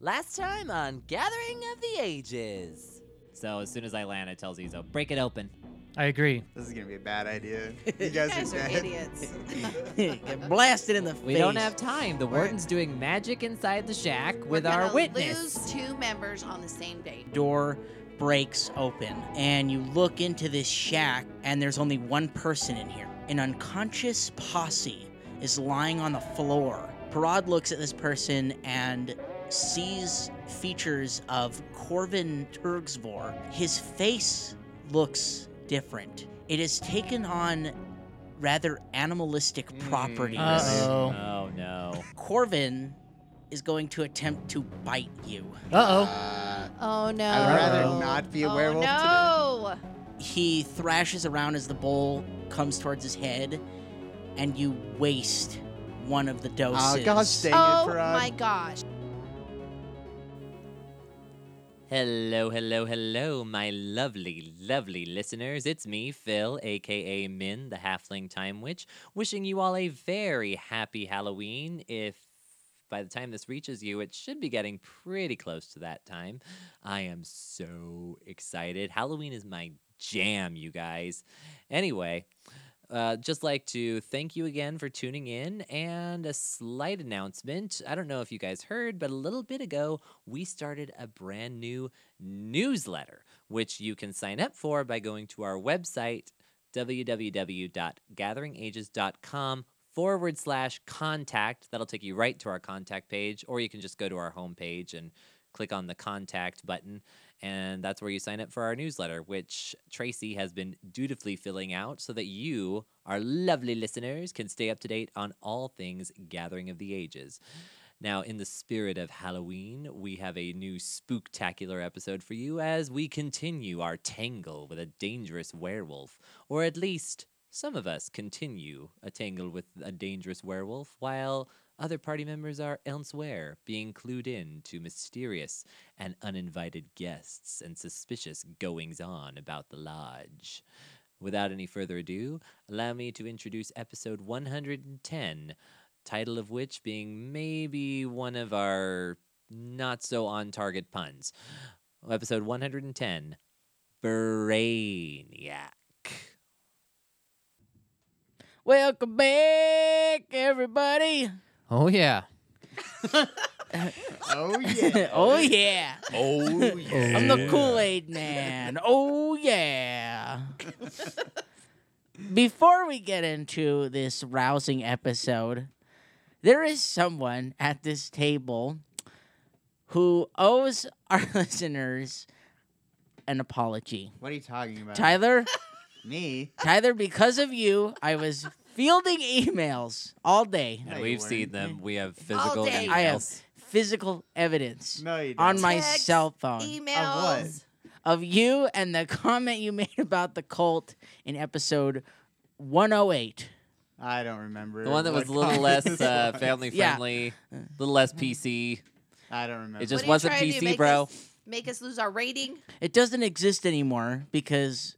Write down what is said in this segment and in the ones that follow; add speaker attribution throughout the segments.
Speaker 1: Last time on Gathering of the Ages.
Speaker 2: So as soon as I land, I tell Zizo, break it open.
Speaker 3: I agree.
Speaker 4: This is gonna be a bad idea. You
Speaker 5: You
Speaker 4: guys,
Speaker 5: guys are
Speaker 4: bad.
Speaker 5: idiots.
Speaker 1: Get blasted in the face.
Speaker 2: We don't have time. The
Speaker 1: We're-
Speaker 2: warden's doing magic inside the shack
Speaker 5: We're
Speaker 2: with our
Speaker 5: gonna
Speaker 2: witness.
Speaker 5: Lose two members on the same day.
Speaker 6: door breaks open and you look into this shack and there's only one person in here an unconscious posse is lying on the floor parad looks at this person and sees features of corvin turgsvor his face looks different it has taken on rather animalistic
Speaker 4: Mm.
Speaker 6: properties
Speaker 3: Uh-oh.
Speaker 2: Oh no.
Speaker 6: corvin is going to attempt to bite you
Speaker 3: Uh-oh.
Speaker 4: Uh,
Speaker 5: Oh no!
Speaker 4: I'd rather
Speaker 3: Uh-oh.
Speaker 4: not be a
Speaker 5: oh,
Speaker 4: werewolf
Speaker 5: No!
Speaker 6: he thrashes around as the bowl comes towards his head, and you waste one of the
Speaker 4: today.
Speaker 6: doses.
Speaker 4: Oh gosh, dang
Speaker 5: oh
Speaker 4: it, Parag.
Speaker 5: my gosh!
Speaker 2: Hello, hello, hello, my lovely, lovely listeners. It's me, Phil, aka Min, the Halfling Time Witch, wishing you all a very happy Halloween. If by the time this reaches you, it should be getting pretty close to that time. I am so excited. Halloween is my jam, you guys. Anyway, uh, just like to thank you again for tuning in. And a slight announcement I don't know if you guys heard, but a little bit ago, we started a brand new newsletter, which you can sign up for by going to our website, www.gatheringages.com forward slash contact. That'll take you right to our contact page, or you can just go to our homepage and click on the contact button. And that's where you sign up for our newsletter, which Tracy has been dutifully filling out so that you, our lovely listeners, can stay up to date on all things Gathering of the Ages. Now, in the spirit of Halloween, we have a new spooktacular episode for you as we continue our tangle with a dangerous werewolf, or at least some of us continue a tangle with a dangerous werewolf while other party members are elsewhere, being clued in to mysterious and uninvited guests and suspicious goings on about the lodge. Without any further ado, allow me to introduce episode 110, title of which being maybe one of our not so on target puns. Episode 110 Brainiac.
Speaker 6: Welcome back, everybody.
Speaker 3: Oh yeah.
Speaker 4: Oh yeah.
Speaker 6: oh yeah.
Speaker 4: Oh yeah.
Speaker 6: I'm the Kool Aid Man. oh yeah. Before we get into this rousing episode, there is someone at this table who owes our listeners an apology.
Speaker 4: What are you talking about?
Speaker 6: Tyler,
Speaker 4: Me?
Speaker 6: Tyler, because of you, I was fielding emails all day.
Speaker 4: No,
Speaker 2: And
Speaker 4: you
Speaker 2: we've
Speaker 4: weren't.
Speaker 2: seen them. We have physical
Speaker 5: day.
Speaker 6: I have
Speaker 2: emails.
Speaker 6: physical evidence
Speaker 4: No, you didn't.
Speaker 6: on my
Speaker 5: Text, e-,
Speaker 6: cell phone
Speaker 5: Emails.
Speaker 6: of you and the comment you made about the cult in episode 108.
Speaker 4: I don't remember.
Speaker 2: The one that
Speaker 4: what
Speaker 2: was a little
Speaker 4: conference
Speaker 2: less
Speaker 4: this
Speaker 2: uh,
Speaker 4: was.
Speaker 2: family
Speaker 6: Yeah.
Speaker 2: friendly, a
Speaker 5: Mm.
Speaker 2: little less PC.
Speaker 4: I don't remember.
Speaker 2: It just
Speaker 5: What are you
Speaker 2: wasn't
Speaker 5: trying to do,
Speaker 2: PC,
Speaker 5: make
Speaker 2: bro.
Speaker 5: us- Make us lose our rating.
Speaker 6: It doesn't exist anymore because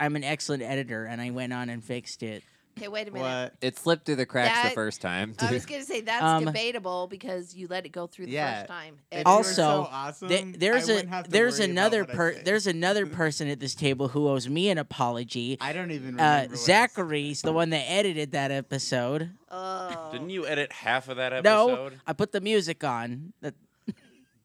Speaker 6: I'm an excellent editor and I went on and fixed it.
Speaker 5: Okay, wait a minute.
Speaker 4: what?
Speaker 2: It slipped through the cracks the
Speaker 5: That-
Speaker 2: first time.
Speaker 5: I was gonna say that's
Speaker 6: Um,
Speaker 5: debatable because you let it go through the
Speaker 4: Yeah.
Speaker 5: first time.
Speaker 4: If you
Speaker 5: And
Speaker 4: were
Speaker 6: Also,
Speaker 4: so awesome,
Speaker 6: Th- there's
Speaker 4: I
Speaker 6: a
Speaker 4: wouldn't have to
Speaker 6: there's
Speaker 4: worry about
Speaker 6: another
Speaker 4: what I
Speaker 6: per
Speaker 4: say.
Speaker 6: there's another person at this table who owes me an apology.
Speaker 4: I don't even
Speaker 6: Uh,
Speaker 4: remember. what I
Speaker 6: Zachary's the one that edited that episode.
Speaker 5: oh,
Speaker 7: Didn't you edit half of that
Speaker 6: No.
Speaker 7: episode?
Speaker 6: I put the music on. That-
Speaker 4: said.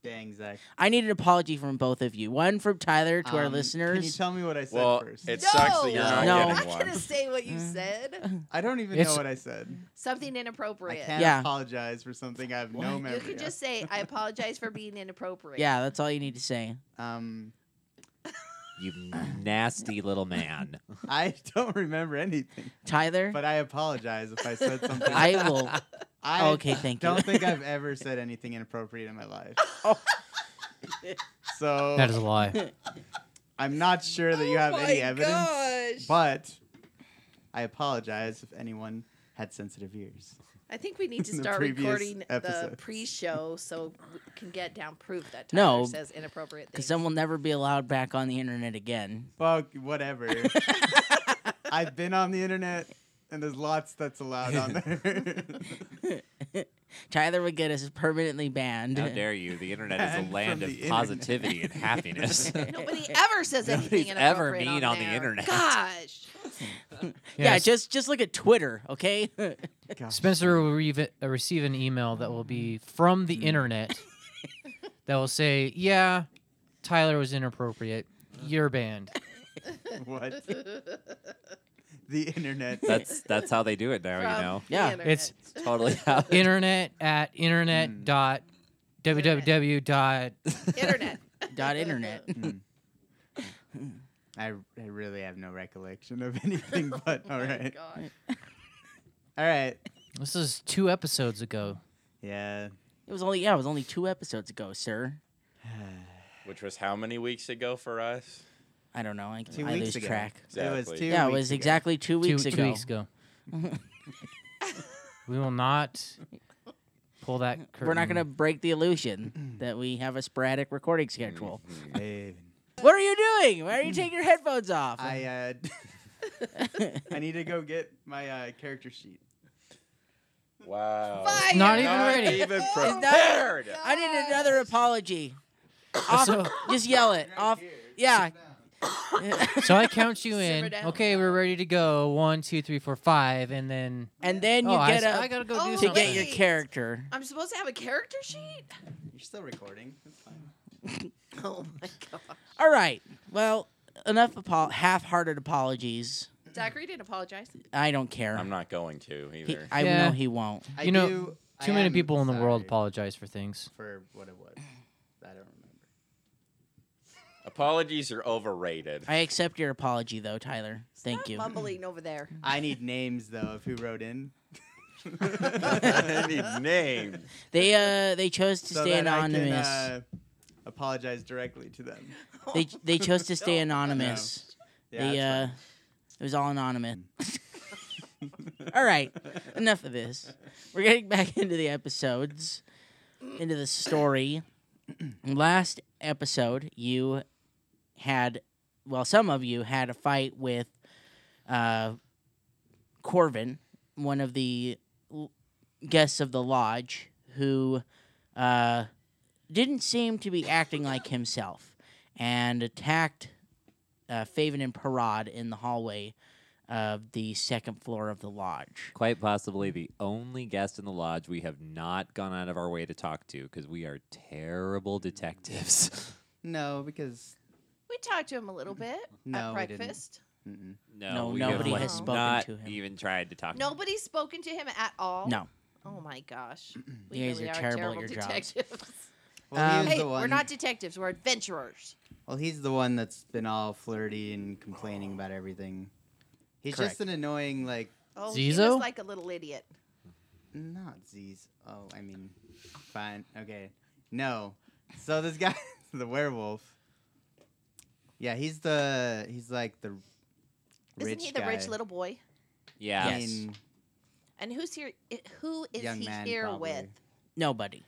Speaker 4: Dang, Zach.
Speaker 6: I need an apology from both of you. One from Tyler to our
Speaker 4: Um, Can you
Speaker 6: listeners.
Speaker 4: tell me what I said
Speaker 7: Well,
Speaker 4: first?
Speaker 7: it
Speaker 5: uh,
Speaker 7: sucks that you're
Speaker 5: No.
Speaker 7: not
Speaker 6: No.
Speaker 5: I'm
Speaker 7: getting
Speaker 5: not
Speaker 7: one.
Speaker 5: gonna say what you
Speaker 6: Mm.
Speaker 5: said.
Speaker 4: I don't even
Speaker 3: It's-
Speaker 4: know what I said.
Speaker 5: Something
Speaker 4: I
Speaker 5: inappropriate.
Speaker 4: can't
Speaker 6: Yeah.
Speaker 4: apologize for something I have
Speaker 6: What?
Speaker 4: no
Speaker 6: You
Speaker 4: memory.
Speaker 5: You can
Speaker 4: of.
Speaker 5: just say, "I apologize for being inappropriate."
Speaker 6: yeah, that's all you need to say.
Speaker 4: Um,
Speaker 2: you nasty little man.
Speaker 4: I don't remember anything,
Speaker 6: Tyler,
Speaker 4: but I apologize if I said something.
Speaker 6: I will.
Speaker 4: I
Speaker 6: okay, thank you.
Speaker 4: don't think I've ever said anything inappropriate in my life.
Speaker 6: Oh.
Speaker 4: so
Speaker 3: That is a lie.
Speaker 4: I'm not sure that you have any evidence,
Speaker 5: Oh gosh.
Speaker 4: but I apologize if anyone had sensitive ears.
Speaker 5: I think we need to
Speaker 4: The
Speaker 5: start
Speaker 4: previous
Speaker 5: recording the
Speaker 4: episodes.
Speaker 5: pre-show so we can get down proof that Tyler
Speaker 6: No,
Speaker 5: says inappropriate
Speaker 6: Because
Speaker 5: things.
Speaker 6: then we'll never be allowed back on the internet again.
Speaker 4: Fuck, whatever. I've been on the internet, and there's lots that's allowed on there.
Speaker 6: Tyler McGinnis is permanently banned.
Speaker 2: How dare you? The internet is
Speaker 4: Banned
Speaker 2: a land
Speaker 4: from
Speaker 2: of
Speaker 4: the internet.
Speaker 2: positivity and happiness.
Speaker 5: Nobody ever says anything
Speaker 2: Nobody's ever
Speaker 5: inappropriate
Speaker 2: mean
Speaker 5: on,
Speaker 2: on the
Speaker 5: there.
Speaker 2: internet.
Speaker 5: Gosh.
Speaker 6: Yeah,
Speaker 3: Yes.
Speaker 6: just just look at Twitter, okay?
Speaker 4: Gosh.
Speaker 3: Spencer will re- uh, receive an email that will be from
Speaker 6: Mm.
Speaker 3: the internet that will say, "Yeah, Tyler was inappropriate. You're banned."
Speaker 4: What? the internet.
Speaker 2: that's that's how they do it now, you
Speaker 5: From
Speaker 2: know.
Speaker 5: the
Speaker 6: Yeah,
Speaker 5: internet.
Speaker 3: it's-
Speaker 2: Totally how
Speaker 3: Internet at internet
Speaker 4: Mm.
Speaker 3: dot www dot.
Speaker 5: internet.
Speaker 6: Dot internet.
Speaker 4: Mm. I, I really have no recollection of anything, but all
Speaker 5: Oh my
Speaker 4: right.
Speaker 5: gosh.
Speaker 4: All right.
Speaker 3: This is two episodes ago.
Speaker 4: Yeah.
Speaker 6: It was only yeah, it was only two episodes ago, sir.
Speaker 7: Which was how many weeks ago for us?
Speaker 6: I don't know. I,
Speaker 4: Two
Speaker 6: I
Speaker 4: weeks
Speaker 6: lose
Speaker 4: ago.
Speaker 6: track.
Speaker 4: It was
Speaker 7: Exactly.
Speaker 4: two
Speaker 6: yeah, it
Speaker 4: weeks
Speaker 6: was
Speaker 4: ago.
Speaker 6: exactly two weeks
Speaker 3: two,
Speaker 6: ago.
Speaker 3: Two weeks ago. we will not pull that curtain.
Speaker 6: We're not gonna break the illusion that we have a sporadic recording schedule.
Speaker 7: Mm-hmm.
Speaker 4: Babe.
Speaker 6: What are you doing? Why are you taking your headphones off?
Speaker 4: I uh, I need to go get my uh, character sheet.
Speaker 7: Wow.
Speaker 5: Fire!
Speaker 3: Not even
Speaker 7: Not
Speaker 3: ready.
Speaker 7: even
Speaker 6: not-
Speaker 7: prepared.
Speaker 6: I need another apology. Off,
Speaker 3: So-
Speaker 6: just yell
Speaker 3: Uh,
Speaker 6: it. Off. Yeah.
Speaker 3: So I count you
Speaker 5: Simmer
Speaker 3: in.
Speaker 5: down.
Speaker 3: Okay, we're ready to go. One, two, three, four, five, and then
Speaker 6: And then you
Speaker 3: oh, I,
Speaker 6: get
Speaker 3: s-
Speaker 6: up
Speaker 3: I gotta go
Speaker 5: Oh,
Speaker 3: do
Speaker 6: to
Speaker 3: something.
Speaker 6: get your
Speaker 5: Wait.
Speaker 6: character.
Speaker 5: I'm supposed to have a character sheet?
Speaker 4: You're still recording. That's fine.
Speaker 5: Oh my gosh.
Speaker 6: All right. Well, enough apo- half-hearted apologies.
Speaker 5: Zachary didn't apologize.
Speaker 6: I don't care.
Speaker 7: I'm not going to
Speaker 6: He,
Speaker 7: either.
Speaker 6: I
Speaker 3: Yeah.
Speaker 6: know he won't.
Speaker 4: I
Speaker 3: You know,
Speaker 4: do- I
Speaker 3: Too many
Speaker 4: am
Speaker 3: people in the world
Speaker 4: sorry
Speaker 3: apologize for things.
Speaker 4: for what it was. I don't remember.
Speaker 7: Apologies are overrated.
Speaker 6: I accept your apology, though, Tyler. Thank
Speaker 5: Stop
Speaker 6: you.
Speaker 5: Mumbling over there.
Speaker 4: I need names though of who wrote in.
Speaker 7: I need names.
Speaker 6: They uh they chose to
Speaker 4: so
Speaker 6: stay
Speaker 4: that I can,
Speaker 6: anonymous.
Speaker 4: uh, apologize directly to them.
Speaker 6: They they chose to stay anonymous.
Speaker 4: Yeah,
Speaker 6: they uh,
Speaker 4: that's
Speaker 6: it was all anonymous.
Speaker 4: fine.
Speaker 6: All right,
Speaker 3: uh,
Speaker 6: enough of this. We're getting back into the episodes, into the story. Last episode, you had, well, some of you had a fight with uh, Corvin, one of the l- guests of the lodge, who uh, didn't seem to be acting like himself and attacked uh, Faven and Parad in the hallway of the second floor of the lodge.
Speaker 2: quite possibly the only guest in the lodge we have not gone out of our way to talk to because we are terrible detectives.
Speaker 4: no, because
Speaker 5: We talked to him a little bit
Speaker 4: No,
Speaker 5: at
Speaker 4: we didn't.
Speaker 5: breakfast.
Speaker 4: mm-mm.
Speaker 6: No,
Speaker 2: we have,
Speaker 5: nobody
Speaker 2: like,
Speaker 5: has
Speaker 6: spoken
Speaker 2: not
Speaker 6: to him.
Speaker 2: Even tried to talk. to him.
Speaker 5: Nobody's spoken to him at all.
Speaker 6: No.
Speaker 5: Oh my gosh.
Speaker 6: You guys are terrible at your jobs.
Speaker 5: detectives.
Speaker 4: well,
Speaker 6: Um,
Speaker 4: he was
Speaker 5: hey,
Speaker 4: the one,
Speaker 5: we're not detectives. We're adventurers.
Speaker 4: Well, he's the one that's been all flirty and complaining about everything. He's
Speaker 6: Correct.
Speaker 4: just an annoying like
Speaker 5: Oh, he
Speaker 3: Zizo?
Speaker 5: was like a little idiot.
Speaker 4: Not Z's. Oh, I mean, fine. Okay. No. So this guy, the werewolf. Yeah, he's the he's like the.
Speaker 5: Isn't
Speaker 4: rich
Speaker 5: he the rich
Speaker 4: guy.
Speaker 5: little boy?
Speaker 2: Yeah.
Speaker 4: I
Speaker 6: Yes.
Speaker 4: mean,
Speaker 5: And who's here? i- Who is
Speaker 4: Young
Speaker 5: he
Speaker 4: man,
Speaker 5: here
Speaker 4: probably.
Speaker 5: with?
Speaker 6: Nobody.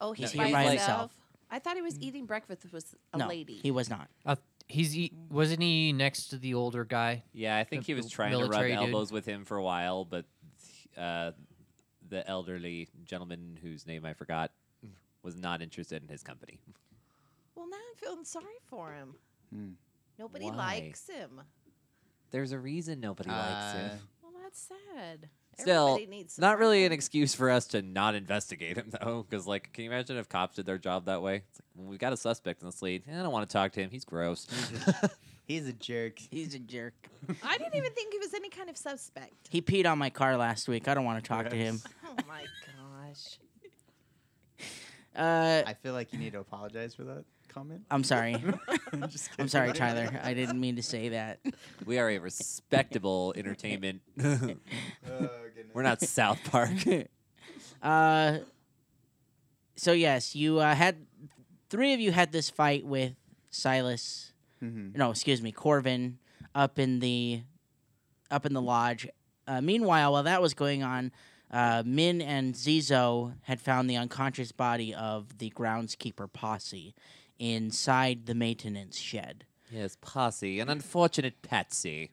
Speaker 5: Oh, he's,
Speaker 6: he's here
Speaker 5: by
Speaker 6: by
Speaker 5: himself.
Speaker 6: himself. Mm.
Speaker 5: I thought he was eating breakfast with a
Speaker 6: no,
Speaker 5: lady.
Speaker 6: he was not.
Speaker 3: Uh, he's e- wasn't he next to the older guy?
Speaker 2: Yeah, I think
Speaker 3: The-
Speaker 2: he was
Speaker 3: the
Speaker 2: trying to rub
Speaker 3: military dude.
Speaker 2: elbows with him for a while, but uh, the elderly gentleman whose name I forgot was not interested in his company.
Speaker 5: well, now I'm feeling sorry for him.
Speaker 4: Hmm.
Speaker 5: Nobody
Speaker 2: Why?
Speaker 5: likes him.
Speaker 2: There's a reason nobody likes him.
Speaker 4: Uh,
Speaker 5: Well, that's sad.
Speaker 2: Still,
Speaker 5: Everybody needs
Speaker 2: It's not
Speaker 5: someone.
Speaker 2: really an excuse for us to not investigate him, though, because like, can you imagine if cops did their job that way? It's like, we got a suspect in this lead. I don't want to talk to him. He's gross.
Speaker 4: he's a jerk.
Speaker 6: He's a jerk.
Speaker 5: I didn't even think he was any kind of suspect.
Speaker 6: He peed on my car last week. I don't want to talk to him.
Speaker 4: Gross.
Speaker 5: Oh my gosh.
Speaker 6: Uh,
Speaker 4: I feel like you need to apologize for that comment.
Speaker 6: I'm sorry.
Speaker 4: I'm, just
Speaker 6: I'm
Speaker 4: kidding.
Speaker 6: sorry, Tyler. I didn't mean to say that.
Speaker 2: we are a respectable entertainment.
Speaker 4: Oh,
Speaker 2: We're not South Park.
Speaker 6: Uh, so yes, you uh, had three of you had this fight with Silas.
Speaker 4: hmm
Speaker 6: No, excuse me, Corvin up in the up in the lodge. Uh, meanwhile, while that was going on, uh, Min and Zizo had found the unconscious body of the groundskeeper posse inside the maintenance shed.
Speaker 2: yes, Posse, an unfortunate Patsy.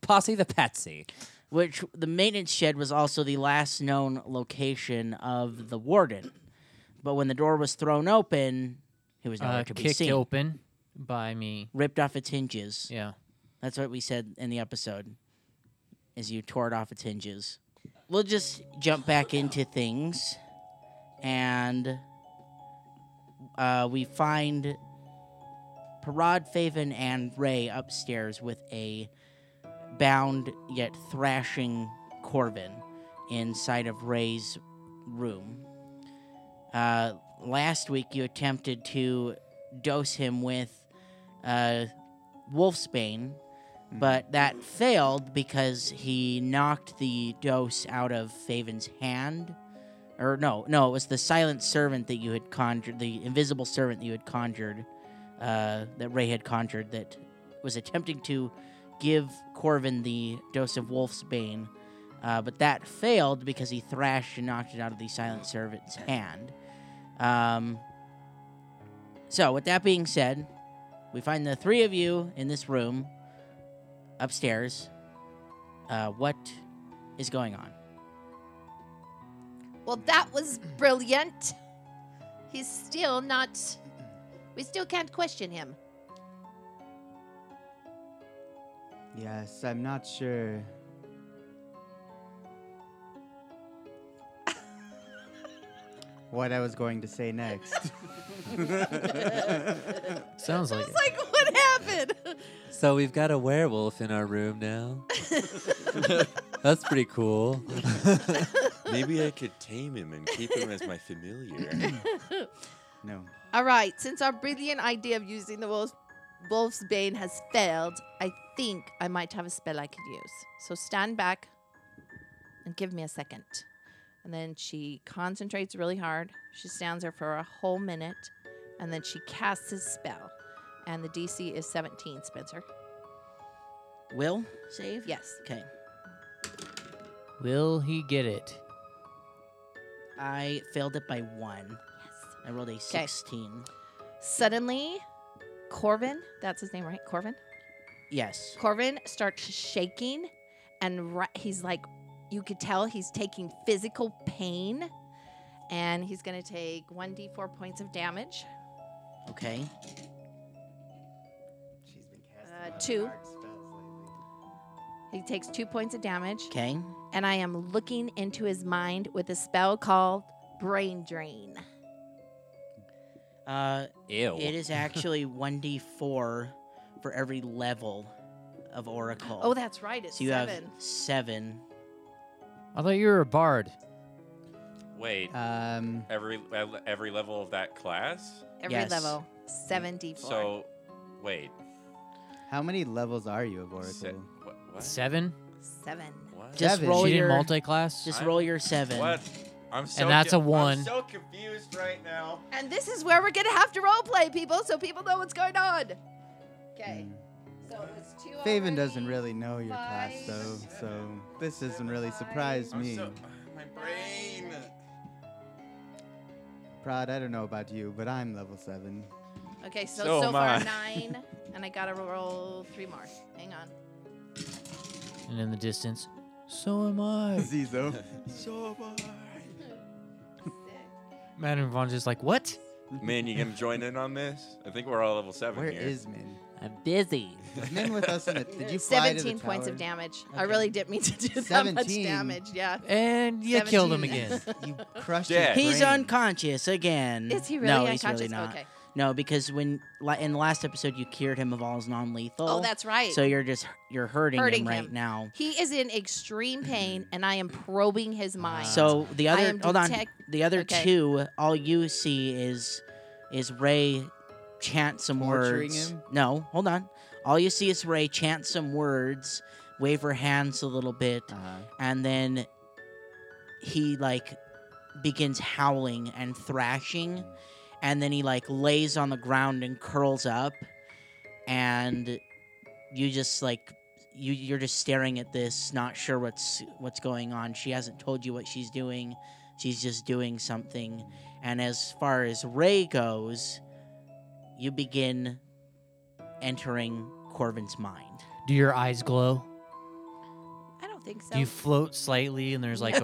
Speaker 2: Posse the Patsy.
Speaker 6: which the maintenance shed was also the last known location of the warden. But when the door was thrown open, he was nowhere
Speaker 3: Uh,
Speaker 6: to be
Speaker 3: kicked
Speaker 6: seen.
Speaker 3: open by me.
Speaker 6: Ripped off its hinges.
Speaker 3: Yeah.
Speaker 6: That's what we said in the episode. Is you tore it off its hinges. We'll just jump back into things, and uh, we find Parad, Faven, and Ray upstairs with a bound yet thrashing Corbin inside of Ray's room. Uh, last week, you attempted to dose him with uh, Wolfsbane, but that failed because he knocked the dose out of Faven's hand. Or no, no, it was the silent servant that you had conjured, the invisible servant that you had conjured, uh, that Ray had conjured, that was attempting to give Corvin the dose of Wolf's Bane. Uh, but that failed because he thrashed and knocked it out of the silent servant's hand. Um, so, with that being said, we find the three of you in this room upstairs. Uh, what is going on?
Speaker 5: Well, that was brilliant. He's still not. We still can't question him.
Speaker 4: Yes, I'm not sure. What I was going to say next.
Speaker 3: Sounds like it.
Speaker 5: Like, what happened?
Speaker 2: So we've got a werewolf in our room now. That's pretty cool.
Speaker 7: Maybe I could tame him and keep him as my familiar.
Speaker 4: no.
Speaker 5: All right, since our brilliant idea of using the wolf, wolf's bane has failed, I think I might have a spell I could use. So stand back and give me a second. And then she concentrates really hard. She stands there for a whole minute and then she casts his spell. And the DC is 17, Spencer.
Speaker 6: Will save?
Speaker 5: Yes.
Speaker 6: Okay.
Speaker 3: Will he get it?
Speaker 6: I failed it by one.
Speaker 5: Yes.
Speaker 6: I rolled a 16.
Speaker 5: Suddenly, Corvin, that's his name, right? Corvin?
Speaker 6: Yes.
Speaker 5: Corvin starts shaking and ri- he's like, you could tell he's taking physical pain and he's going to take 1d4 points of damage.
Speaker 6: Okay.
Speaker 4: She's been
Speaker 5: Uh,
Speaker 4: casting
Speaker 5: two.
Speaker 4: dark spells lately.
Speaker 5: He takes two points of damage.
Speaker 6: Okay.
Speaker 5: And I am looking into his mind with a spell called Brain Drain.
Speaker 6: Uh,
Speaker 2: Ew.
Speaker 6: it is actually 1d4 for every level of Oracle.
Speaker 5: Oh, that's right. It's
Speaker 6: So you
Speaker 5: seven.
Speaker 6: have seven.
Speaker 3: I thought you were a bard.
Speaker 7: Wait,
Speaker 4: Um,
Speaker 7: every every level of that class.
Speaker 5: Every
Speaker 6: yes. Mm.
Speaker 5: level, seven d4.
Speaker 7: So, wait.
Speaker 4: how many levels are you of Oracle?
Speaker 7: Se- what? What?
Speaker 3: Seven.
Speaker 5: seven.
Speaker 7: What?
Speaker 6: Just
Speaker 4: Seven.
Speaker 6: roll
Speaker 3: she
Speaker 6: your
Speaker 3: didn't multi-class.
Speaker 6: Just
Speaker 7: I'm-
Speaker 6: roll your seven.
Speaker 7: What? I'm so
Speaker 3: that's a
Speaker 7: I'm
Speaker 3: one.
Speaker 7: so confused right now.
Speaker 5: And this is where we're going to have to roleplay, people, so people know what's going on. Okay.
Speaker 4: Mm.
Speaker 5: So it was two.
Speaker 4: Faven
Speaker 5: already.
Speaker 4: doesn't really know your class,
Speaker 5: five,
Speaker 4: though, so
Speaker 7: seven,
Speaker 4: this doesn't
Speaker 7: seven,
Speaker 4: really
Speaker 5: five.
Speaker 4: surprise
Speaker 7: I'm
Speaker 4: me.
Speaker 7: Oh, so. My brain.
Speaker 4: Prod, I don't know about you, but I'm level seven.
Speaker 5: Okay, so
Speaker 7: So
Speaker 5: so,
Speaker 7: am
Speaker 5: far
Speaker 7: I.
Speaker 5: nine, and I gotta roll three more. Hang on.
Speaker 3: And in the distance, so am I.
Speaker 4: Zizo.
Speaker 7: So am
Speaker 3: Madame Vaughn's just like, what?
Speaker 7: I. Min, you gonna join in on this? I think we're all level seven
Speaker 4: Where
Speaker 7: here.
Speaker 4: is Min?
Speaker 6: I'm busy.
Speaker 4: Is Min with us in the? Did you fly to the
Speaker 5: Seventeen points of
Speaker 4: tower?
Speaker 5: damage. I
Speaker 6: Okay.
Speaker 5: really didn't mean to do that much
Speaker 4: 17?
Speaker 5: damage. Yeah.
Speaker 3: And you killed him again.
Speaker 5: Seventeen.
Speaker 4: You crushed
Speaker 7: Dead.
Speaker 4: his
Speaker 6: He's
Speaker 4: brain.
Speaker 6: unconscious
Speaker 4: Hmm.
Speaker 6: again.
Speaker 5: Is he really
Speaker 6: no,
Speaker 5: unconscious?
Speaker 6: He's really not.
Speaker 5: Okay.
Speaker 6: No, because when li- in the last episode you cured him of all his non-lethal.
Speaker 5: Oh, that's right.
Speaker 6: So you're just you're hurting,
Speaker 5: Hurting
Speaker 6: him right
Speaker 5: him.
Speaker 6: now.
Speaker 5: he is in extreme pain,
Speaker 4: Hmm.
Speaker 5: and I am probing his mind.
Speaker 6: So the
Speaker 5: I
Speaker 6: other
Speaker 5: am
Speaker 6: hold on,
Speaker 5: detect-
Speaker 6: the other
Speaker 5: okay.
Speaker 6: two, all you see is is Ray chant some
Speaker 4: Torturing
Speaker 6: words.
Speaker 4: him?
Speaker 6: No, hold on. All you see is Ray chant some words, wave her hands a little bit,
Speaker 4: Uh-huh.
Speaker 6: and then he like begins howling and thrashing and then he like lays on the ground and curls up and you just like you you're just staring at this not sure what's what's going on she hasn't told you what she's doing she's just doing something and as far as ray goes you begin entering corvin's mind
Speaker 3: Do your eyes glow?
Speaker 5: I don't think so.
Speaker 3: Do you float slightly and there's like a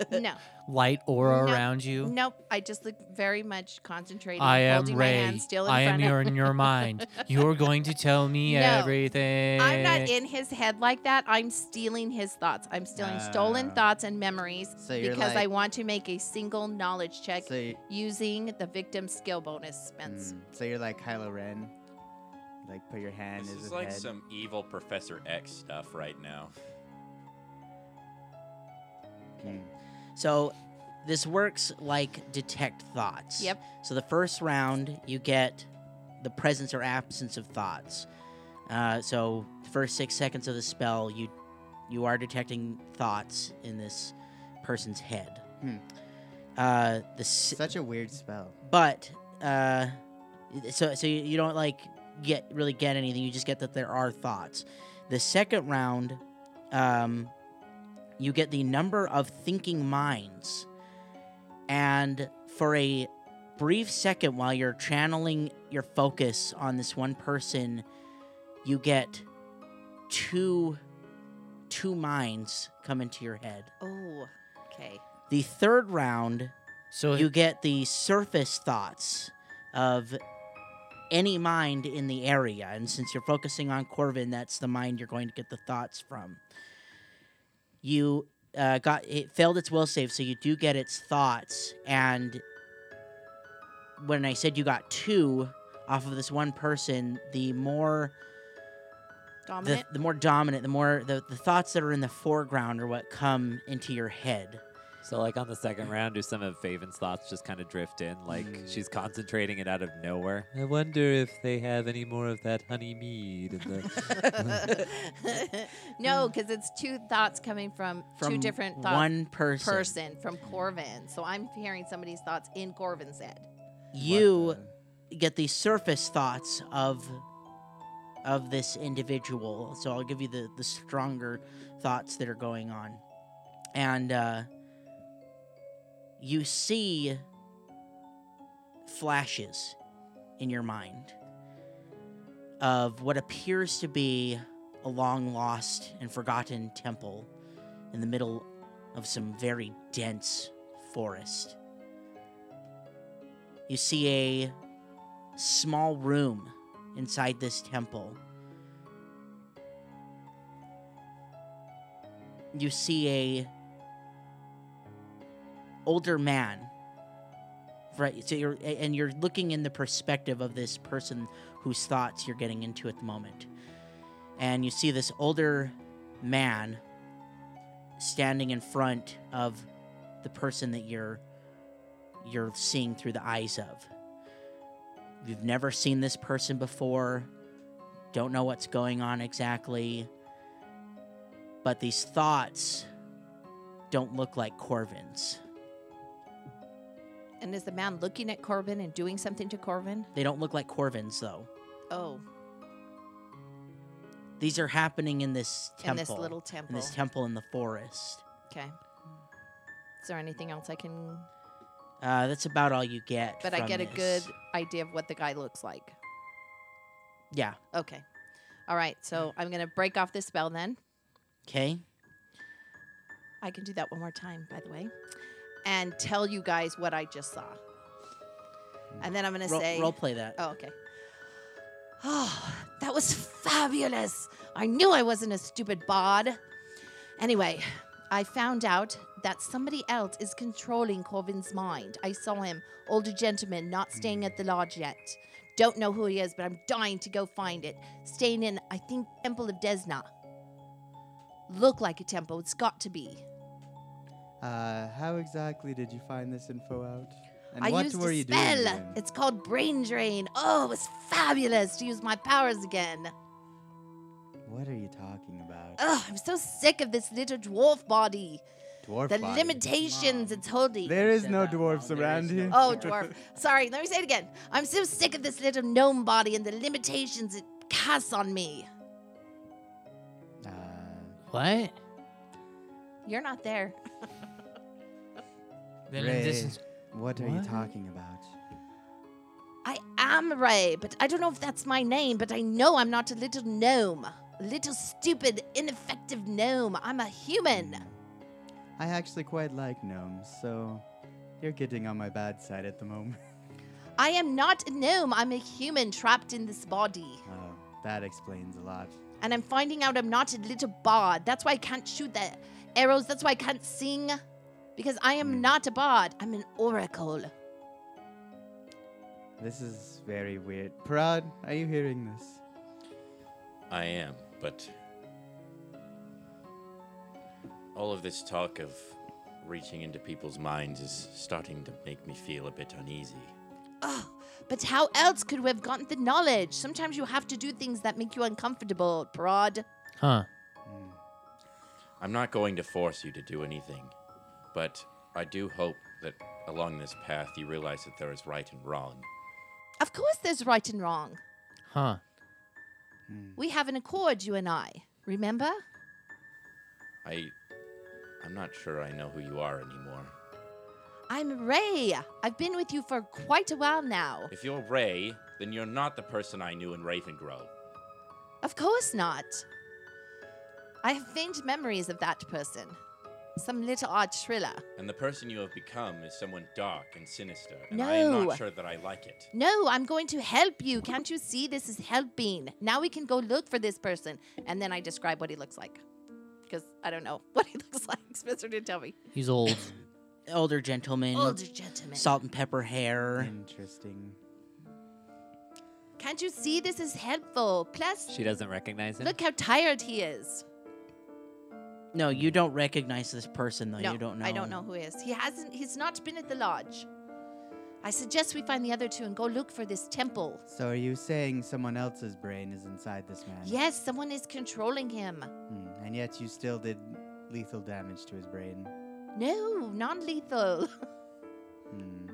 Speaker 5: no,
Speaker 3: light aura
Speaker 5: No.
Speaker 3: around you?
Speaker 5: nope. I just look very much concentrated.
Speaker 3: I am
Speaker 5: holding My
Speaker 3: Ray.
Speaker 5: hand still in
Speaker 3: I am
Speaker 5: front
Speaker 3: your in your mind. You're going to tell me
Speaker 5: No.
Speaker 3: everything.
Speaker 5: Of, I'm not in his head like that. I'm stealing his thoughts. I'm stealing stolen
Speaker 4: Ah.
Speaker 5: thoughts and memories
Speaker 4: So you're
Speaker 5: because I
Speaker 4: like-
Speaker 5: want to make a single knowledge check
Speaker 4: So, y-
Speaker 5: using the victim's skill bonus, Spence.
Speaker 4: mm, so you're like Kylo Ren. Like put your hand
Speaker 8: This
Speaker 4: in
Speaker 8: is
Speaker 4: his
Speaker 8: like
Speaker 4: head.
Speaker 8: some evil Professor X stuff right now.
Speaker 4: Mm.
Speaker 6: So this works like detect thoughts.
Speaker 5: Yep.
Speaker 6: So the first round, you get the presence or absence of thoughts. Uh, so the first six seconds of the spell, you you are detecting thoughts in this person's head.
Speaker 4: Hmm.
Speaker 6: Uh, the s-
Speaker 4: Such a weird spell.
Speaker 6: but uh, so so you, you don't like get really get anything. You just get that there are thoughts. The second round, um, you get the number of thinking minds, and for a brief second while you're channeling your focus on this one person, you get two two minds come into your head.
Speaker 5: Oh, okay.
Speaker 6: The third round
Speaker 3: So
Speaker 6: you get the surface thoughts of any mind in the area. And since you're focusing on Corvin, that's the mind you're going to get the thoughts from. You uh, got it failed its will save, so you do get its thoughts. And when I said you got two off of this one person, the more the,
Speaker 5: Dominant.
Speaker 6: the more dominant, the more the, the thoughts that are in the foreground are what come into your head.
Speaker 2: So, like on the second round, do some of Faven's thoughts just kind of drift in? Like she's concentrating it out of nowhere. I wonder if they have any more of that honey mead. In the
Speaker 5: no, because it's two thoughts coming from, two different thoughts.
Speaker 6: one person.
Speaker 5: person from Corvin. So I'm hearing somebody's thoughts in Corvin's head.
Speaker 6: You
Speaker 4: What
Speaker 6: get the surface thoughts of of this individual. So I'll give you the the stronger thoughts that are going on, and uh, you see flashes in your mind of what appears to be a long lost and forgotten temple in the middle of some very dense forest. You see a small room inside this temple. You see a older man. Right, so you're a- and you're looking in the perspective of this person whose thoughts you're getting into at the moment. And you see this older man standing in front of the person that you're you're seeing through the eyes of. You've never seen this person before, don't know what's going on exactly, but these thoughts don't look like Corvin's.
Speaker 5: And is the man looking at Corvin and doing something to Corvin?
Speaker 6: They don't look like Corvin's, though.
Speaker 5: Oh,
Speaker 6: These are happening in this temple.
Speaker 5: in this little
Speaker 6: in
Speaker 5: temple.
Speaker 6: this temple in the forest.
Speaker 5: okay. Is there anything else I can?
Speaker 6: Uh, that's about all you get.
Speaker 5: But I
Speaker 6: from
Speaker 5: get a good
Speaker 6: this.
Speaker 5: idea of what the guy looks like.
Speaker 6: Yeah.
Speaker 5: Okay. All right.
Speaker 6: Mm.
Speaker 5: So I'm gonna break off this spell then.
Speaker 6: Okay.
Speaker 5: I can do that one more time, by the way, and tell you guys what I just saw. And then I'm gonna
Speaker 6: Ro-
Speaker 5: say
Speaker 6: role play that.
Speaker 5: Oh, okay. Oh, that was fabulous. I knew I wasn't a stupid bod. Anyway, I found out that somebody else is controlling Corvin's mind. I saw him, older gentleman, not staying at the lodge yet. Don't know who he is, but I'm dying to go find it. Staying in, I think, Temple of Desna. Look like a temple. It's got to be.
Speaker 4: the- Uh, how exactly did you find this info out? And
Speaker 5: I
Speaker 4: what
Speaker 5: used
Speaker 4: were
Speaker 5: a
Speaker 4: you
Speaker 5: spell.
Speaker 4: doing? then?
Speaker 5: It's called brain drain. Oh, it was fabulous to use my powers again.
Speaker 4: What are you talking about?
Speaker 5: Ugh, I'm so sick of this little dwarf body.
Speaker 4: dwarf.
Speaker 5: The
Speaker 4: body.
Speaker 5: limitations it's holding.
Speaker 4: There is
Speaker 6: Said
Speaker 4: no
Speaker 6: that
Speaker 4: dwarfs
Speaker 6: wrong. There
Speaker 4: around
Speaker 6: is no
Speaker 4: here.
Speaker 5: oh, dwarf. Sorry, let me say it again. I'm so sick of this little gnome body and the limitations it casts on me.
Speaker 4: Uh,
Speaker 3: what?
Speaker 5: You're not there.
Speaker 3: Then
Speaker 4: Ray,
Speaker 3: this is
Speaker 4: what are you
Speaker 3: What?
Speaker 4: talking about?
Speaker 5: I am Ray, but I don't know if that's my name, but I know I'm not a little gnome. little stupid, ineffective gnome. I'm a human.
Speaker 4: Mm. I actually quite like gnomes, so you're getting on my bad side at the moment.
Speaker 5: I am not a gnome. I'm a human trapped in this body.
Speaker 4: Oh, that explains a lot.
Speaker 5: And I'm finding out I'm not a little bard. That's why I can't shoot the arrows. That's why I can't sing. Because I am not a bard. I'm an oracle.
Speaker 4: This is very weird. Parad, are you hearing this?
Speaker 8: I am, but all of this talk of reaching into people's minds is starting to make me feel a bit uneasy.
Speaker 5: Oh, but how else could we have gotten the knowledge? Sometimes you have to do things that make you uncomfortable, Parad.
Speaker 3: Huh.
Speaker 8: I'm not going to force you to do anything, but I do hope that along this path you realize that there is right and wrong.
Speaker 5: Of course, there's right and wrong.
Speaker 3: Huh.
Speaker 5: We have an accord, you and I. Remember?
Speaker 8: I I'm not sure I know who you are anymore.
Speaker 5: I'm Ray. I've been with you for quite a while now.
Speaker 8: If you're Ray, then you're not the person I knew in Ravengrow.
Speaker 5: Of course not. I have faint memories of that person. Some little odd thriller.
Speaker 8: And the person you have become is someone dark and sinister, and I am
Speaker 5: No.
Speaker 8: not sure that I like it.
Speaker 5: No, I'm going to help you. Can't you see this is helping? Now we can go look for this person. And then I describe what he looks like. Because I don't know what he looks like. Spencer didn't tell me.
Speaker 3: He's old.
Speaker 6: Older gentleman,
Speaker 5: Older gentleman.
Speaker 6: salt and pepper hair.
Speaker 4: Interesting.
Speaker 5: Can't you see this is helpful? Plus,
Speaker 2: She doesn't recognize him.
Speaker 5: look how tired he is.
Speaker 6: No, you don't recognize this person though.
Speaker 5: no,
Speaker 6: you don't know.
Speaker 5: I don't know who he is. He hasn't. He's not been at the lodge. I suggest we find the other two and go look for this temple.
Speaker 4: So are you saying someone else's brain is inside this man?
Speaker 5: Yes, someone is controlling him.
Speaker 4: Hmm, And yet you still did lethal damage to his brain.
Speaker 5: No, non-lethal.
Speaker 4: Hmm.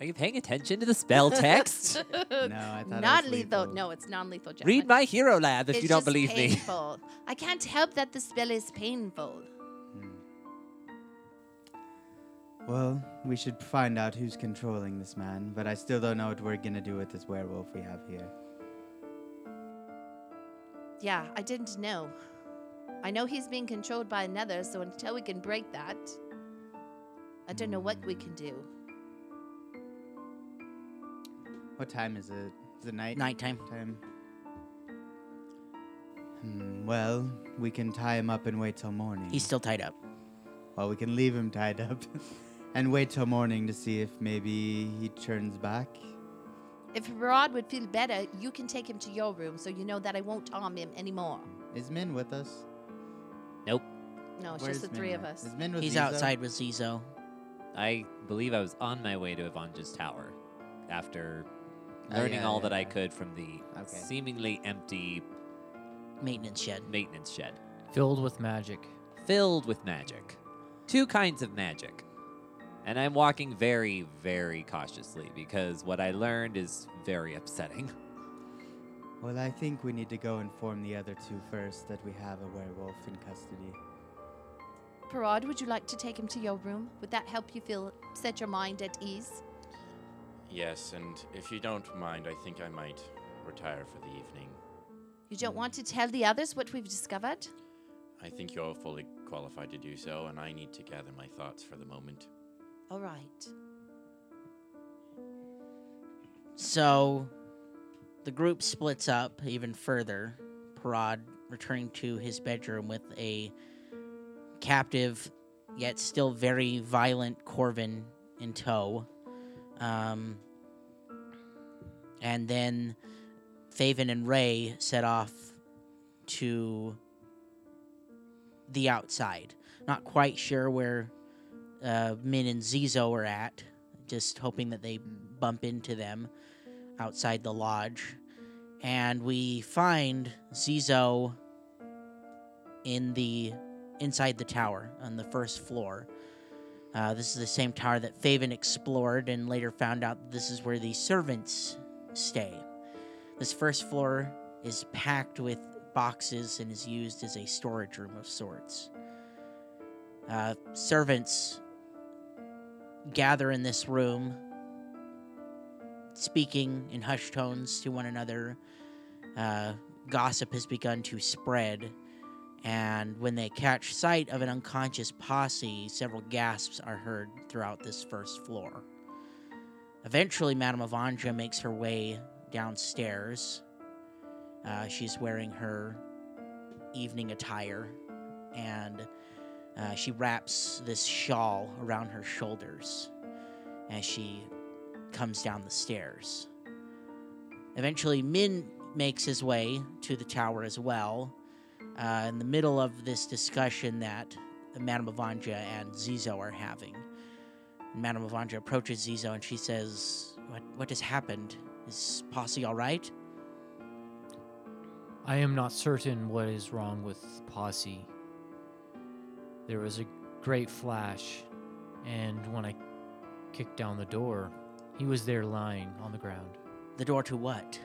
Speaker 2: Are you paying attention to the spell text?
Speaker 4: No, I thought it
Speaker 5: Uh, not
Speaker 4: was
Speaker 5: lethal.
Speaker 4: lethal.
Speaker 5: No, it's non-lethal. Gentlemen.
Speaker 2: Read my Hero Lab if
Speaker 5: It's
Speaker 2: you don't
Speaker 5: just
Speaker 2: believe me.
Speaker 5: painful. I can't help that the spell is painful.
Speaker 4: Well, we should find out who's controlling this man, but I still don't know what we're gonna do with this werewolf we have here.
Speaker 5: Yeah, I didn't know. I know he's being controlled by another, so until we can break that, I don't know what we can do.
Speaker 4: What time is it? Is it night?
Speaker 6: Nighttime.
Speaker 4: Time. Hmm, well, we can tie him up and wait till morning.
Speaker 6: He's still tied up.
Speaker 4: Well, we can leave him tied up and wait till morning to see if maybe he turns back.
Speaker 5: If Rod would feel better, you can take him to your room so you know that I won't harm him anymore.
Speaker 4: Is Min with us?
Speaker 2: nope.
Speaker 5: No, it's
Speaker 4: Where's
Speaker 5: just the
Speaker 4: Min
Speaker 5: three of
Speaker 4: at?
Speaker 5: us.
Speaker 4: Is Min with
Speaker 6: He's
Speaker 4: Zizo?
Speaker 6: outside with Zizo.
Speaker 2: I believe I was on my way to Ivanja's tower after
Speaker 4: Oh,
Speaker 2: learning
Speaker 4: yeah,
Speaker 2: all
Speaker 4: yeah,
Speaker 2: that I
Speaker 4: yeah.
Speaker 2: could from the
Speaker 4: Okay.
Speaker 2: seemingly empty
Speaker 6: Maintenance shed.
Speaker 2: maintenance shed
Speaker 3: Filled with magic.
Speaker 2: filled with magic. Two kinds of magic. And I'm walking very, very cautiously because what I learned is very upsetting.
Speaker 4: Well, I think we need to go inform the other two first that we have a werewolf in custody.
Speaker 5: Parad, would you like to take him to your room? Would that help you feel set your mind at ease?
Speaker 8: Yes, and if you don't mind, I think I might retire for the evening.
Speaker 5: You don't want to tell the others what we've discovered?
Speaker 8: I think you're fully qualified to do so, and I need to gather my thoughts for the moment.
Speaker 5: All right.
Speaker 6: So the group splits up even further. Parad returning to his bedroom with a captive, yet still very violent Corvin in tow. Um, and then Faven and Ray set off to the outside. Not quite sure where uh, Min and Zizo are at, just hoping that they bump into them outside the lodge, and we find Zizo in the inside the tower on the first floor. Uh, this is the same tower that Faven explored and later found out this is where the servants stay. This first floor is packed with boxes and is used as a storage room of sorts. Uh, servants gather in this room speaking in hushed tones to one another, uh, gossip has begun to spread, and when they catch sight of an unconscious posse, several gasps are heard throughout this first floor. Eventually, Madame Avandra makes her way downstairs. Uh, she's wearing her evening attire, and uh, she wraps this shawl around her shoulders as she comes down the stairs. Eventually, Min makes his way to the tower as well. Uh, in the middle of this discussion that Madame Avanja and Zizo are having, Madame Avanja approaches Zizo and she says, "What what has happened? Is Posse all right?"
Speaker 3: I am not certain what is wrong with Posse. There was a great flash, and when I kicked down the door, he was there lying on the ground.
Speaker 6: The door to what?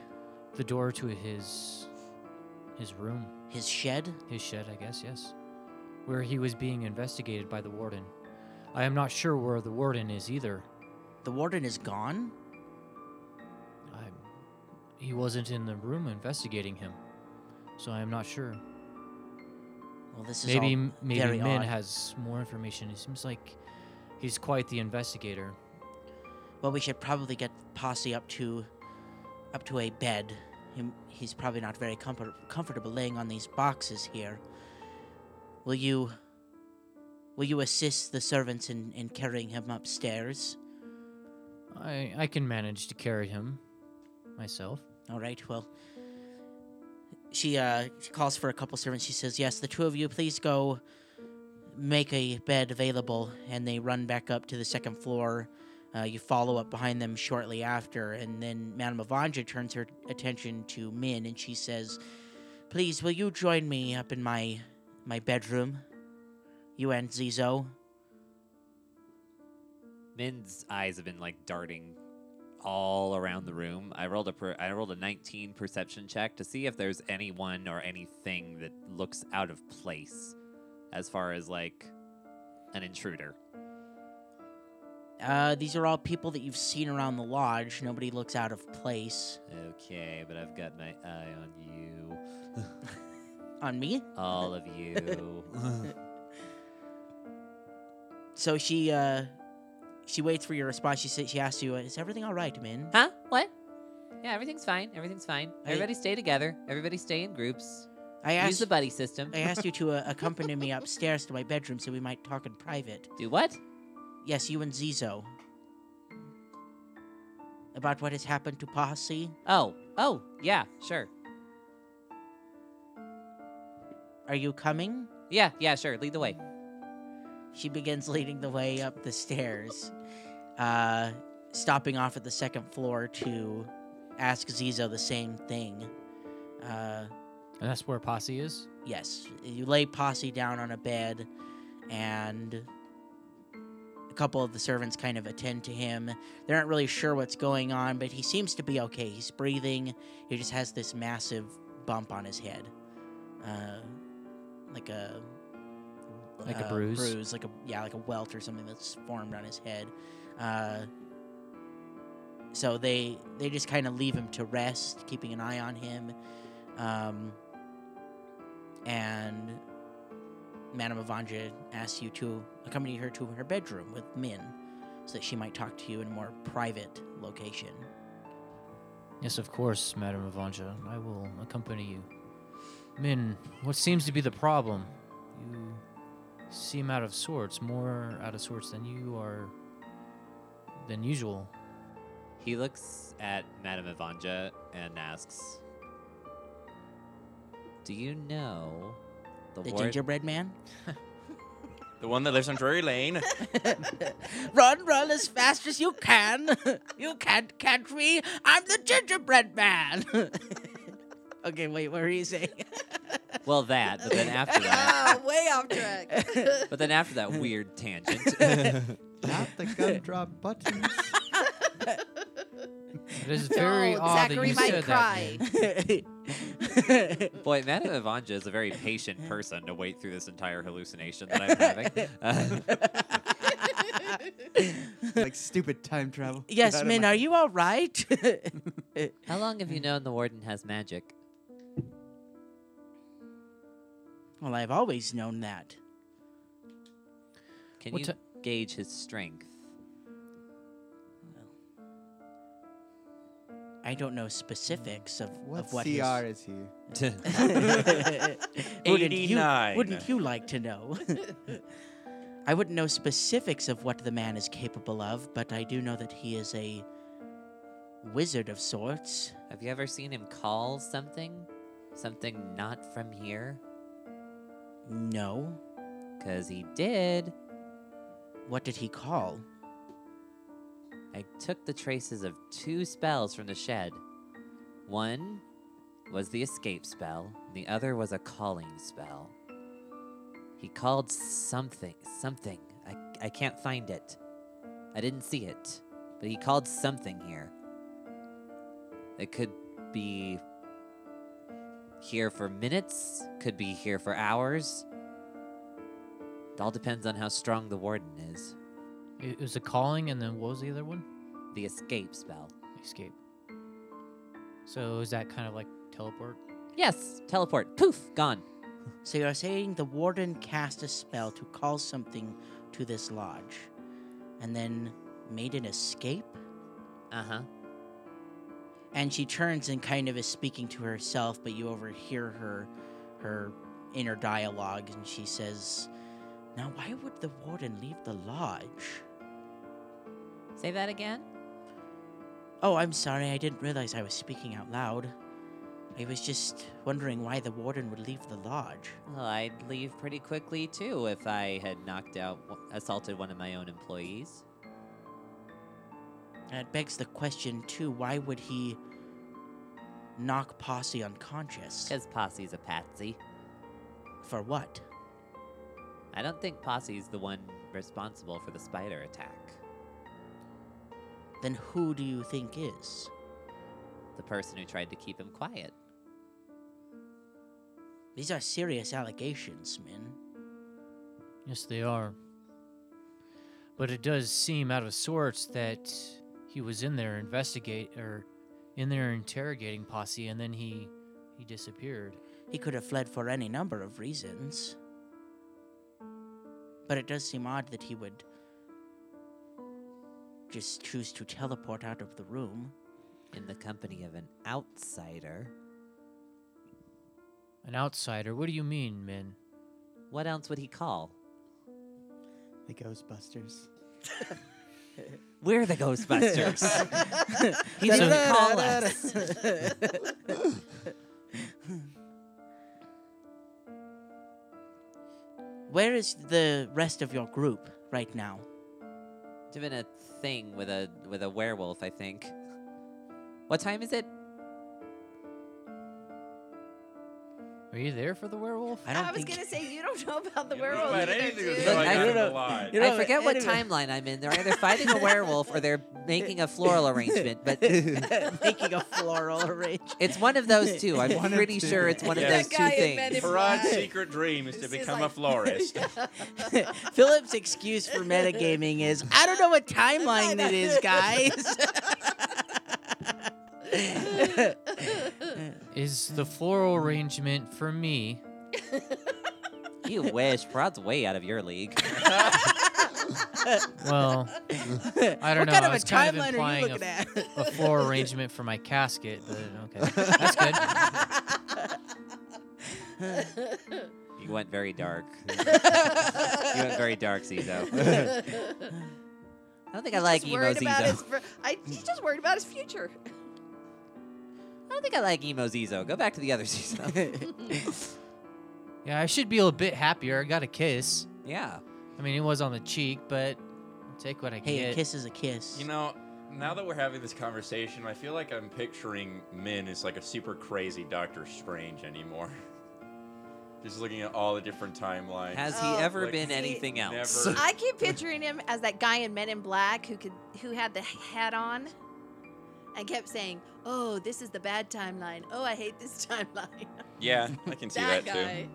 Speaker 3: The door to his his room,
Speaker 6: His shed?
Speaker 3: his shed, I guess, yes. Where he was being investigated by the warden. I am not sure where the warden is either.
Speaker 6: The warden is gone.
Speaker 3: I he wasn't in the room investigating him. So I am not sure.
Speaker 6: Well, this is
Speaker 3: Maybe
Speaker 6: all
Speaker 3: m- maybe
Speaker 6: very
Speaker 3: Min
Speaker 6: odd.
Speaker 3: has more information. It seems like he's quite the investigator.
Speaker 6: Well, we should probably get Posse up to up to a bed. He, he's probably not very comfort, comfortable laying on these boxes here. Will you will you assist the servants in, in carrying him upstairs?
Speaker 3: I I can manage to carry him myself.
Speaker 6: All right. Well, she uh, she calls for a couple servants. She says, "Yes, the two of you, please go make a bed available." And they run back up to the second floor. Uh, you follow up behind them shortly after, and then Madame Avanja turns her attention to Min, and she says, "Please, will you join me up in my my bedroom? You and Zizo."
Speaker 2: Min's eyes have been like darting all around the room. I rolled a per- I rolled a 19 perception check to see if there's anyone or anything that looks out of place as far as like an intruder.
Speaker 6: Uh, these are all people that you've seen around the lodge. Nobody looks out of place.
Speaker 2: Okay, but I've got my eye on you.
Speaker 6: On me?
Speaker 2: All of you.
Speaker 6: So she uh she waits for your response. She says she asks you, "Is everything all right, Min?"
Speaker 2: huh? What? Yeah, everything's fine. Everything's fine.
Speaker 6: I-
Speaker 2: Everybody stay together. Everybody stay in groups.
Speaker 6: I
Speaker 2: Use
Speaker 6: asked
Speaker 2: the buddy system.
Speaker 6: I asked you to uh, accompany me upstairs to my bedroom so we might talk in private.
Speaker 2: Do what?
Speaker 6: Yes, you and Zizo. About what has happened to Posse?
Speaker 2: Oh, oh, yeah, sure.
Speaker 6: Are you coming?
Speaker 2: Yeah, yeah, sure. Lead the way.
Speaker 6: She begins leading the way up the stairs, uh, stopping off at the second floor to ask Zizo the same thing. Uh,
Speaker 3: And that's where Posse is?
Speaker 6: Yes, you lay Posse down on a bed, and a couple of the servants kind of attend to him. They aren't really sure what's going on, but he seems to be okay. He's breathing. He just has this massive bump on his head, uh, like a
Speaker 3: Like a
Speaker 6: uh,
Speaker 3: bruise?
Speaker 6: bruise, like a yeah, like a welt or something that's formed on his head. Uh, so they they just kind of leave him to rest, keeping an eye on him. Um, and Madame Avanja asks you to accompany her to her bedroom with Min so that she might talk to you in a more private location.
Speaker 3: Yes, of course, Madame Avanja. I will accompany you. Min, what seems to be the problem? You seem out of sorts, more out of sorts than you are than usual.
Speaker 2: He looks at Madame Ivanja and asks, "Do you know the,
Speaker 6: The
Speaker 2: ward-
Speaker 6: gingerbread man?
Speaker 8: The one that lives on Drury Lane.
Speaker 6: run, run as fast as you can. you can't catch me. I'm the gingerbread man. okay, wait, what were you saying?
Speaker 2: Well, that, but then after that,
Speaker 5: Oh, way off track.
Speaker 2: but then after that weird tangent,
Speaker 4: Not the gumdrop buttons.
Speaker 3: It is very
Speaker 5: No,
Speaker 3: odd that
Speaker 5: Zachary
Speaker 3: you
Speaker 5: might
Speaker 3: said
Speaker 5: cry.
Speaker 3: that. Min.
Speaker 2: boy, Madame Ivanja is a very patient person to wait through this entire hallucination that I'm having. Uh,
Speaker 4: like stupid time travel. Get out
Speaker 6: yes,
Speaker 4: of
Speaker 6: Min,
Speaker 4: my-
Speaker 6: are you all right?
Speaker 2: how long have you known the warden has magic?
Speaker 6: Well, I've always known that.
Speaker 2: Can
Speaker 3: What
Speaker 2: you
Speaker 3: ti-
Speaker 2: gauge his strength?
Speaker 6: I don't know specifics of
Speaker 4: What,
Speaker 6: of what
Speaker 4: CR
Speaker 6: his-
Speaker 4: is he?
Speaker 6: wouldn't, you,
Speaker 8: 89.
Speaker 6: wouldn't you like to know? I wouldn't know specifics of what the man is capable of, but I do know that he is a wizard of sorts.
Speaker 2: Have you ever seen him call something? Something not from here?
Speaker 6: No.
Speaker 2: Because he did.
Speaker 6: What did he call?
Speaker 2: I took the traces of two spells from the shed. One was the escape spell, and the other was a calling spell. He called something, something. I, I can't find it. I didn't see it, but he called something here. It could be here for minutes, could be here for hours. It all depends on how strong the warden is.
Speaker 3: It it was a calling, and then what was the other one?
Speaker 2: The escape spell.
Speaker 3: Escape. So is that kind of like teleport?
Speaker 2: Yes, teleport. Poof, gone.
Speaker 6: So you're saying the warden cast a spell to call something to this lodge, and then made an escape?
Speaker 2: Uh huh.
Speaker 6: And she turns and kind of is speaking to herself, but you overhear her her inner dialogue and she says, "Now why would the warden leave the lodge?"
Speaker 2: Say that again.
Speaker 6: Oh, I'm sorry. I didn't realize I was speaking out loud. I was just wondering why the warden would leave the lodge.
Speaker 2: Well, I'd leave pretty quickly too if I had knocked out, assaulted one of my own employees.
Speaker 6: And it begs the question too, why would he knock Posse unconscious?
Speaker 2: Because Posse's a patsy.
Speaker 6: For what?
Speaker 2: I don't think Posse's the one responsible for the spider attack.
Speaker 6: Then who do you think is?
Speaker 2: The person who tried to keep him quiet.
Speaker 6: These are serious allegations, Min.
Speaker 3: Yes, they are. But it does seem out of sorts that he was in there investigate or in there interrogating Posse, and then he he disappeared.
Speaker 6: He could have fled for any number of reasons. But it does seem odd that he would just choose to teleport out of the room.
Speaker 2: In the company of an outsider.
Speaker 3: An outsider. What do you mean, Min?
Speaker 2: What else would he call?
Speaker 4: The Ghostbusters.
Speaker 2: We're the Ghostbusters. he didn't call us.
Speaker 6: Where is the rest of your group right now?
Speaker 2: Doing a thing with a with a werewolf, I think. What time is it?
Speaker 3: Are you there for the werewolf?
Speaker 6: I
Speaker 5: I,
Speaker 6: don't
Speaker 5: was
Speaker 6: think
Speaker 5: gonna say you don't know about the werewolf.
Speaker 8: But
Speaker 5: either,
Speaker 8: anything
Speaker 5: dude.
Speaker 8: was
Speaker 2: Look,
Speaker 8: going
Speaker 2: I
Speaker 8: on in
Speaker 2: don't
Speaker 8: the
Speaker 6: know.
Speaker 8: lodge.
Speaker 6: You know,
Speaker 2: I forget what
Speaker 6: anyway.
Speaker 2: timeline I'm in. They're either fighting a werewolf or they're making a floral arrangement, but
Speaker 6: making a floral arrange.
Speaker 2: it's one of those two. I'm
Speaker 4: One of
Speaker 2: pretty
Speaker 4: two.
Speaker 2: sure it's one
Speaker 8: That
Speaker 2: of those two
Speaker 5: guy invented
Speaker 2: things.
Speaker 8: Farad's
Speaker 5: Right.
Speaker 8: secret dream is to
Speaker 5: This is
Speaker 8: become
Speaker 5: like-
Speaker 8: a florist.
Speaker 6: Philip's excuse for metagaming is I don't know what timeline it is, guys.
Speaker 3: Is the floral arrangement for me?
Speaker 2: You wish. Farad's way out of your league.
Speaker 3: Well, I don't
Speaker 6: what
Speaker 3: know.
Speaker 6: kind
Speaker 3: I
Speaker 6: of a
Speaker 3: was kind of
Speaker 6: timeline are
Speaker 3: implying
Speaker 6: you
Speaker 3: a,
Speaker 6: looking at?
Speaker 3: a floral arrangement for my casket, but okay, that's good.
Speaker 2: You went very dark. you went very dark, Zizo. I don't think I like
Speaker 5: Just
Speaker 2: emo
Speaker 5: worried about his
Speaker 2: Zizo.
Speaker 5: fr- I, he's just worried about his future.
Speaker 2: I don't think I like emo Zizo. Go back to the other Zizo.
Speaker 3: Yeah, I should be a bit happier. I got a kiss.
Speaker 2: yeah.
Speaker 3: I mean, it was on the cheek, but I'll take what I
Speaker 6: hey,
Speaker 3: get.
Speaker 6: a kiss is a kiss.
Speaker 8: You know, now that we're having this conversation, I feel like I'm picturing Min as like a super crazy Doctor Strange anymore. Just looking at all the different timelines.
Speaker 2: Has
Speaker 5: Oh,
Speaker 2: he ever
Speaker 8: like,
Speaker 2: been
Speaker 5: see,
Speaker 2: anything
Speaker 8: never-
Speaker 2: else?
Speaker 5: I keep picturing him as that guy in Men in Black who could who had the hat on and kept saying, "Oh, this is the bad timeline. Oh, I hate this timeline."
Speaker 8: yeah, I can see that,
Speaker 5: guy.
Speaker 8: too.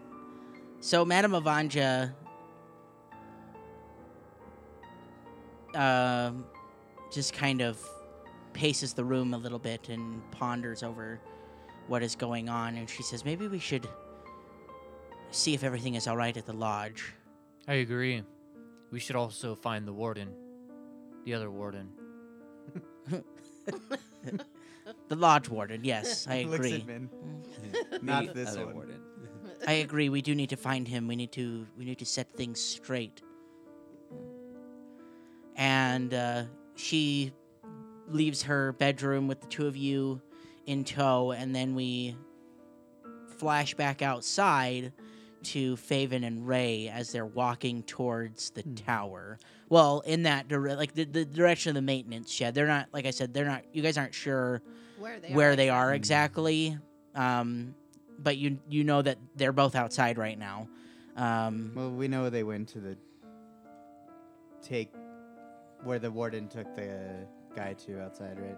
Speaker 6: So, Madame Avanja um, just kind of paces the room a little bit and ponders over what is going on, and she says, "Maybe we should see if everything is all right at the lodge.
Speaker 3: I agree. We should also find the warden, the other warden.
Speaker 6: The lodge warden, yes, I
Speaker 4: Looks
Speaker 6: agree. Mm.
Speaker 4: at Min. Not this
Speaker 2: Other
Speaker 4: one.
Speaker 2: warden.
Speaker 6: I agree. We do need to find him. We need to we need to set things straight. And uh, she leaves her bedroom with the two of you in tow, and then we flash back outside to Faven and Ray as they're walking towards the tower. Well, in that dire- like the, the direction of the maintenance shed. They're not like I said. They're not. You guys aren't sure
Speaker 5: Where they
Speaker 6: where
Speaker 5: are.
Speaker 6: they are exactly. Um, but you you know that they're both outside right now. Um,
Speaker 4: Well, we know they went to the take where the warden took the guy to outside, right?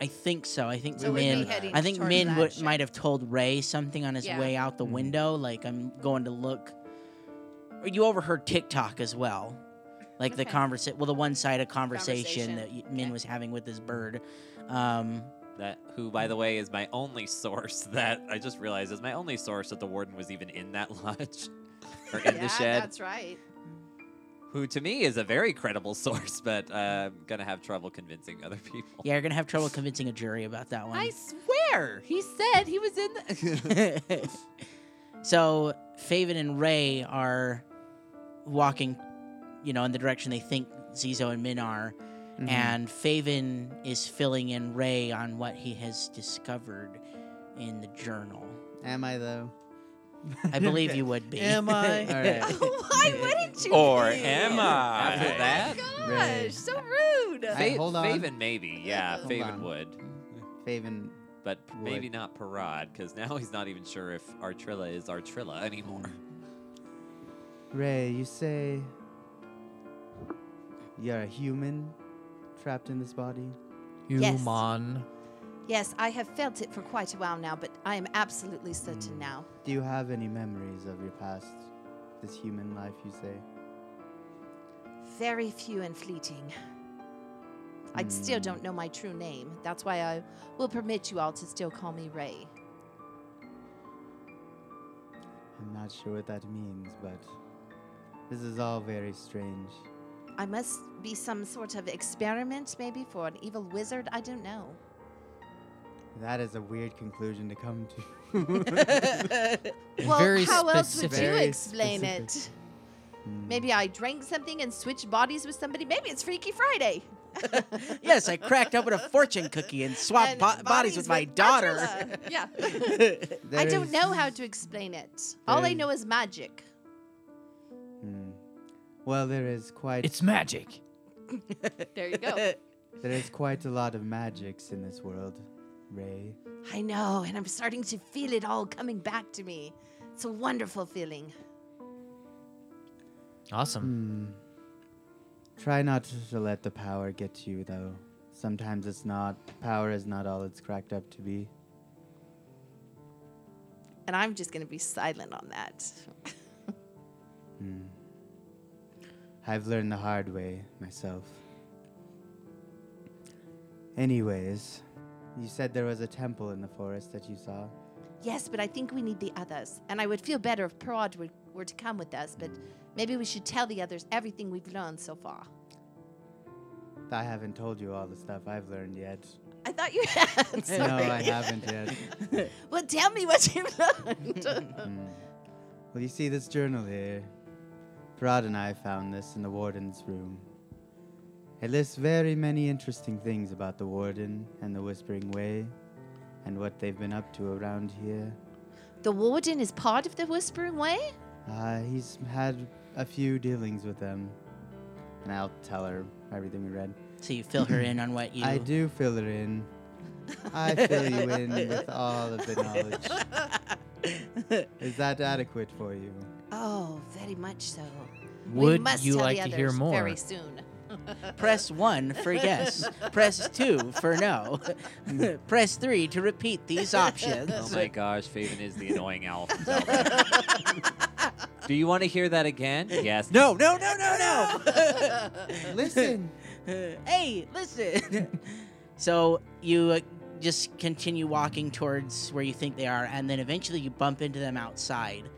Speaker 6: I think so. I think
Speaker 5: So we'd be
Speaker 6: Min.
Speaker 5: heading
Speaker 6: I think
Speaker 5: towards
Speaker 6: Min
Speaker 5: that
Speaker 6: would,
Speaker 5: ship.
Speaker 6: might have told Ray something on his
Speaker 5: Yeah.
Speaker 6: way out the window, like I'm going to look. Or you overheard TikTok as well, like the
Speaker 5: Okay.
Speaker 6: conversation. Well, the one-sided conversation,
Speaker 5: Conversation.
Speaker 6: that y- Min
Speaker 5: Okay.
Speaker 6: was having with this bird. Um,
Speaker 2: That who, by the way, is my only source that I just realized is my only source that the warden was even in that lodge or in
Speaker 5: yeah,
Speaker 2: the shed.
Speaker 5: That's right.
Speaker 2: Who to me is a very credible source, but uh, I'm gonna have trouble convincing other people.
Speaker 6: yeah, you're gonna have trouble convincing a jury about that one.
Speaker 2: I swear, he said he was in. The-
Speaker 6: so Faven and Ray are walking, you know, in the direction they think Zizo and Min are,
Speaker 3: Mm-hmm.
Speaker 6: and Faven is filling in Ray on what he has discovered in the journal.
Speaker 4: Am I though?
Speaker 6: I believe you would be.
Speaker 3: Am I?
Speaker 4: All right.
Speaker 5: Oh, Why wouldn't you?
Speaker 8: Or
Speaker 5: be?
Speaker 8: am I?
Speaker 2: After that,
Speaker 5: Gosh, so rude.
Speaker 4: I-
Speaker 2: Fa-
Speaker 4: hold on.
Speaker 2: Faven maybe, yeah,
Speaker 5: Hold
Speaker 2: Faven
Speaker 4: on.
Speaker 2: would,
Speaker 4: Faven.
Speaker 2: but
Speaker 4: Would.
Speaker 2: maybe not Parad because now he's not even sure if Artrilla is Artrilla anymore.
Speaker 4: Ray, you say you're a human trapped in this body?
Speaker 5: Yes.
Speaker 3: Human.
Speaker 5: yes, I have felt it for quite a while now, but I am absolutely
Speaker 8: Mm.
Speaker 5: certain now.
Speaker 4: Do you have any memories of your past, this human life, you say?
Speaker 5: Very few and fleeting. I still don't know my true name. That's why I will permit you all to still call me Ray.
Speaker 4: I'm not sure what that means, but this is all very strange.
Speaker 5: I must be some sort of experiment, maybe, for an evil wizard. I don't know.
Speaker 4: That is a weird conclusion to come to.
Speaker 5: Well,
Speaker 3: Very
Speaker 5: how else would
Speaker 3: specific.
Speaker 5: you
Speaker 4: Very
Speaker 5: explain it? Maybe I drank something and switched bodies with somebody. Maybe it's Freaky Friday.
Speaker 6: yes, I cracked open a fortune cookie and swapped
Speaker 5: And
Speaker 6: bo- bodies, with my daughter.
Speaker 5: Angela. yeah. I
Speaker 4: There
Speaker 5: don't
Speaker 4: is-
Speaker 5: know how to explain it. All I
Speaker 4: There's-
Speaker 5: know is magic.
Speaker 4: Hmm. Well, there is quite
Speaker 3: It's magic.
Speaker 5: There you go.
Speaker 4: there is quite a lot of magics in this world, Ray.
Speaker 5: I know, and I'm starting to feel it all coming back to me. It's a wonderful feeling.
Speaker 3: Awesome.
Speaker 4: Try not to let the power get to you, though. Sometimes it's not power is not all it's cracked up to be.
Speaker 5: And I'm just going to be silent on that.
Speaker 4: I've learned the hard way myself. Anyways, you said there was a temple in the forest that you saw.
Speaker 5: Yes, but I think we need the others. And I would feel better if Prod were, were to come with us, but maybe we should tell the others everything we've learned so far.
Speaker 4: I haven't told you all the stuff I've learned yet.
Speaker 5: I thought you had.
Speaker 4: No,
Speaker 5: Sorry.
Speaker 4: I haven't yet.
Speaker 5: Well, tell me what you've learned.
Speaker 4: Well, you see this journal here. Parad and I found this in the warden's room. It lists very many interesting things about the warden and the Whispering Way and what they've been up to around here.
Speaker 5: the warden is part of the Whispering Way?
Speaker 4: Uh, he's had a few dealings with them. And I'll tell her everything we read.
Speaker 6: so you fill her in on what you.
Speaker 4: I do fill her in. I fill you in with all of the knowledge. Is that adequate for you?
Speaker 5: Oh, very much so. we
Speaker 4: Hmm.
Speaker 3: Would
Speaker 5: must
Speaker 3: you
Speaker 5: tell
Speaker 3: like
Speaker 5: the
Speaker 3: to
Speaker 5: others
Speaker 3: hear more?
Speaker 5: Very soon.
Speaker 6: Press one for yes. Press two for no. Press three to repeat these options.
Speaker 2: Oh my gosh, Faven is the annoying elf. Do you want to hear that again? Yes. No, no, no, no, no.
Speaker 4: Listen!
Speaker 6: hey, listen. so you uh, just continue walking towards where you think they are, and then eventually you bump into them outside.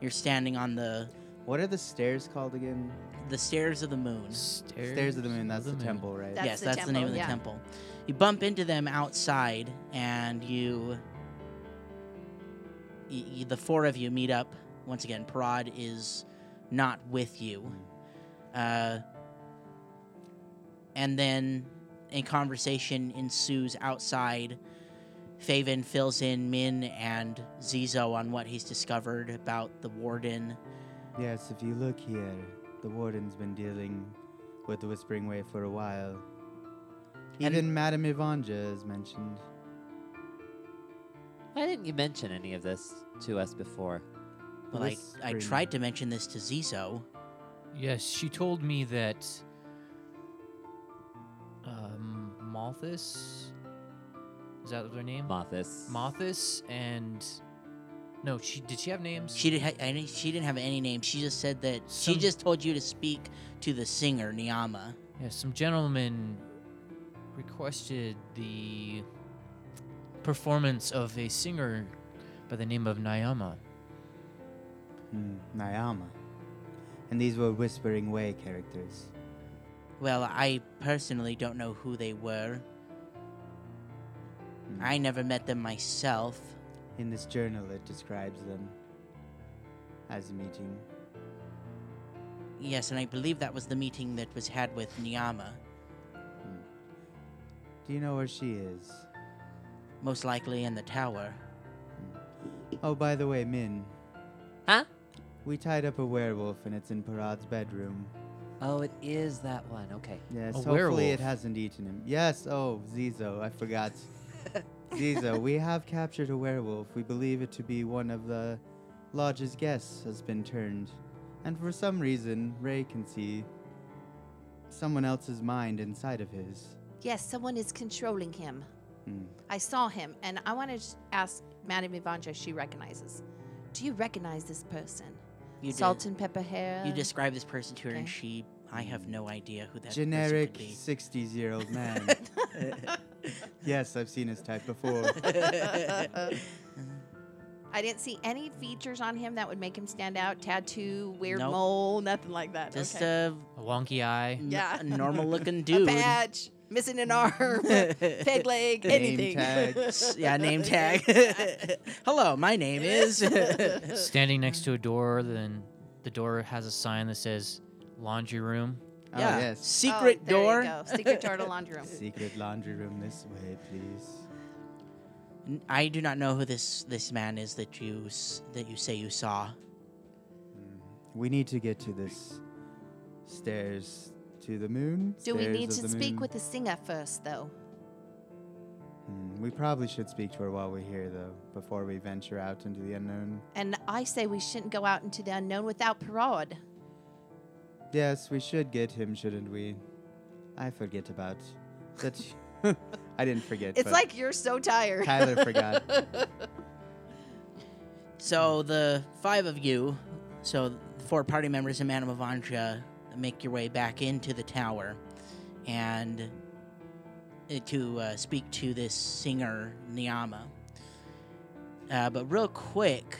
Speaker 6: You're standing on the
Speaker 4: What are the stairs called again?
Speaker 6: the stairs of the moon.
Speaker 3: Stairs,
Speaker 4: Stairs of the moon. That's the, temple, right?
Speaker 5: That's
Speaker 6: yes,
Speaker 5: the
Speaker 6: that's the name
Speaker 5: temple,
Speaker 6: of the
Speaker 5: yeah.
Speaker 6: temple. You bump into them outside, and you, y- y- the four of you meet up once again. Parad is not with you, uh, and then a conversation ensues outside. Faven fills in Min and Zizo on what he's discovered about the warden.
Speaker 4: Yes, if you look here, the warden's been dealing with the Whispering Way for a while.
Speaker 6: And-
Speaker 4: Even Madame Ivanja is mentioned.
Speaker 2: Why didn't you mention any of this to us before?
Speaker 6: Well, I, I
Speaker 4: Whispering-
Speaker 6: tried to mention this to Zizo.
Speaker 3: Yes, she told me that um, Malthus is that their name?
Speaker 2: Mothis.
Speaker 3: Malthus and no, she did she have names?
Speaker 6: She didn't. Ha- I didn't- she didn't have any name. She just said that she
Speaker 3: Some-
Speaker 6: just told you to speak to the singer Niyama.
Speaker 3: yeah, some gentleman requested the performance of a singer by the name of Nayama.
Speaker 4: Hmm, Nayama. And these were Whispering Way characters.
Speaker 6: Well, I personally don't know who they were.
Speaker 4: Hmm.
Speaker 6: I never met them myself.
Speaker 4: In this journal, it describes them as a meeting.
Speaker 6: Yes, and I believe that was the meeting that was had with Niyama.
Speaker 4: Do you know where she is?
Speaker 6: Most likely in the tower.
Speaker 4: Oh, by the way, Min.
Speaker 2: Huh?
Speaker 4: We tied up a werewolf and it's in Parad's bedroom.
Speaker 2: Oh, it is that one. Okay.
Speaker 4: Yes,
Speaker 3: A
Speaker 4: hopefully
Speaker 3: werewolf.
Speaker 4: it hasn't eaten him. Yes, oh, Zizo, I forgot. Zizo, we have captured a werewolf. We believe it to be one of the lodge's guests has been turned. And for some reason, Ray can see someone else's mind inside of his.
Speaker 5: Yes, someone is controlling him.
Speaker 4: Hmm.
Speaker 5: I saw him, and I want to ask Madame Ivanja if she recognizes. Do you recognize this person?
Speaker 6: You de-
Speaker 5: Salt and pepper hair.
Speaker 6: you describe this person to her, and
Speaker 5: okay.
Speaker 6: she. I have no idea who that person
Speaker 4: Generic
Speaker 6: could be.
Speaker 4: 60s year old man. yes, I've seen his type before. Oh,
Speaker 5: I didn't see any features on him that would make him stand out. Tattoo, weird
Speaker 6: Nope.
Speaker 5: mole, nothing like that.
Speaker 6: Just
Speaker 5: okay.
Speaker 6: a,
Speaker 3: A wonky eye.
Speaker 5: Yeah.
Speaker 6: normal looking
Speaker 5: a
Speaker 6: dude.
Speaker 5: patch, missing an arm, peg leg,
Speaker 4: Name
Speaker 5: anything.
Speaker 4: tag.
Speaker 6: S- yeah, name tag. Hello, my name is.
Speaker 5: Oh,
Speaker 3: Standing next to a door, then the door has a sign that says laundry room.
Speaker 4: Oh,
Speaker 6: yeah,
Speaker 4: yes.
Speaker 5: Oh,
Speaker 6: secret
Speaker 5: there you
Speaker 6: door.
Speaker 5: go. Secret door to laundry room.
Speaker 4: Secret laundry room this way, please.
Speaker 6: N- I do not know who this this man is that you s- that you say you saw.
Speaker 4: We need to get to this stairs to the moon.
Speaker 5: Do we
Speaker 4: stairs
Speaker 5: need
Speaker 4: of
Speaker 5: to
Speaker 4: the
Speaker 5: speak
Speaker 4: moon.
Speaker 5: with the singer first, though?
Speaker 4: Hmm, We probably should speak to her while we're here, though, before we venture out into the unknown.
Speaker 5: And I say we shouldn't go out into the unknown without Parod.
Speaker 4: Yes, we should get him, shouldn't we? I forget about that. I didn't forget.
Speaker 5: It's
Speaker 4: but
Speaker 5: like you're so tired.
Speaker 4: Tyler forgot.
Speaker 6: So the five of you, so the four party members and Madame Avandra, make your way back into the tower, and uh, to uh, speak to this singer Niyama. Uh, but real quick,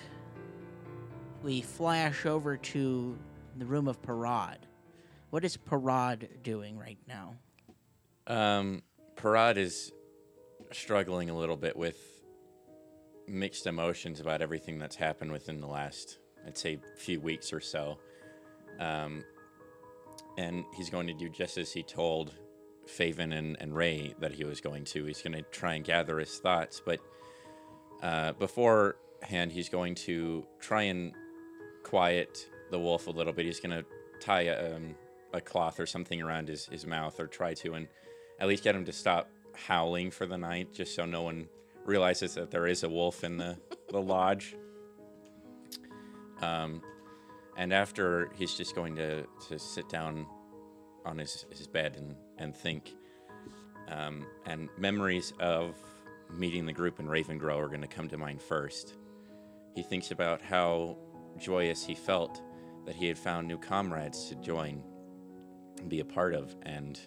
Speaker 6: we flash over to the room of Parad. What is Parad doing right now?
Speaker 8: Um, Parad is struggling a little bit with mixed emotions about everything that's happened within the last, I'd say, few weeks or so. Um, and he's going to do just as he told Faven and, and Ray that he was going to. He's going to try and gather his thoughts, but uh, beforehand, he's going to try and quiet the wolf a little bit. He's going to tie a, um, a cloth or something around his, his mouth or try to, and at least get him to stop howling for the night, just so no one realizes that there is a wolf in the, the lodge. Um, and after he's just going to, to sit down on his, his bed and, and think. Um, and memories of meeting the group in Ravengrow are going to come to mind first. He thinks about how joyous he felt that he had found new comrades to join and be a part of and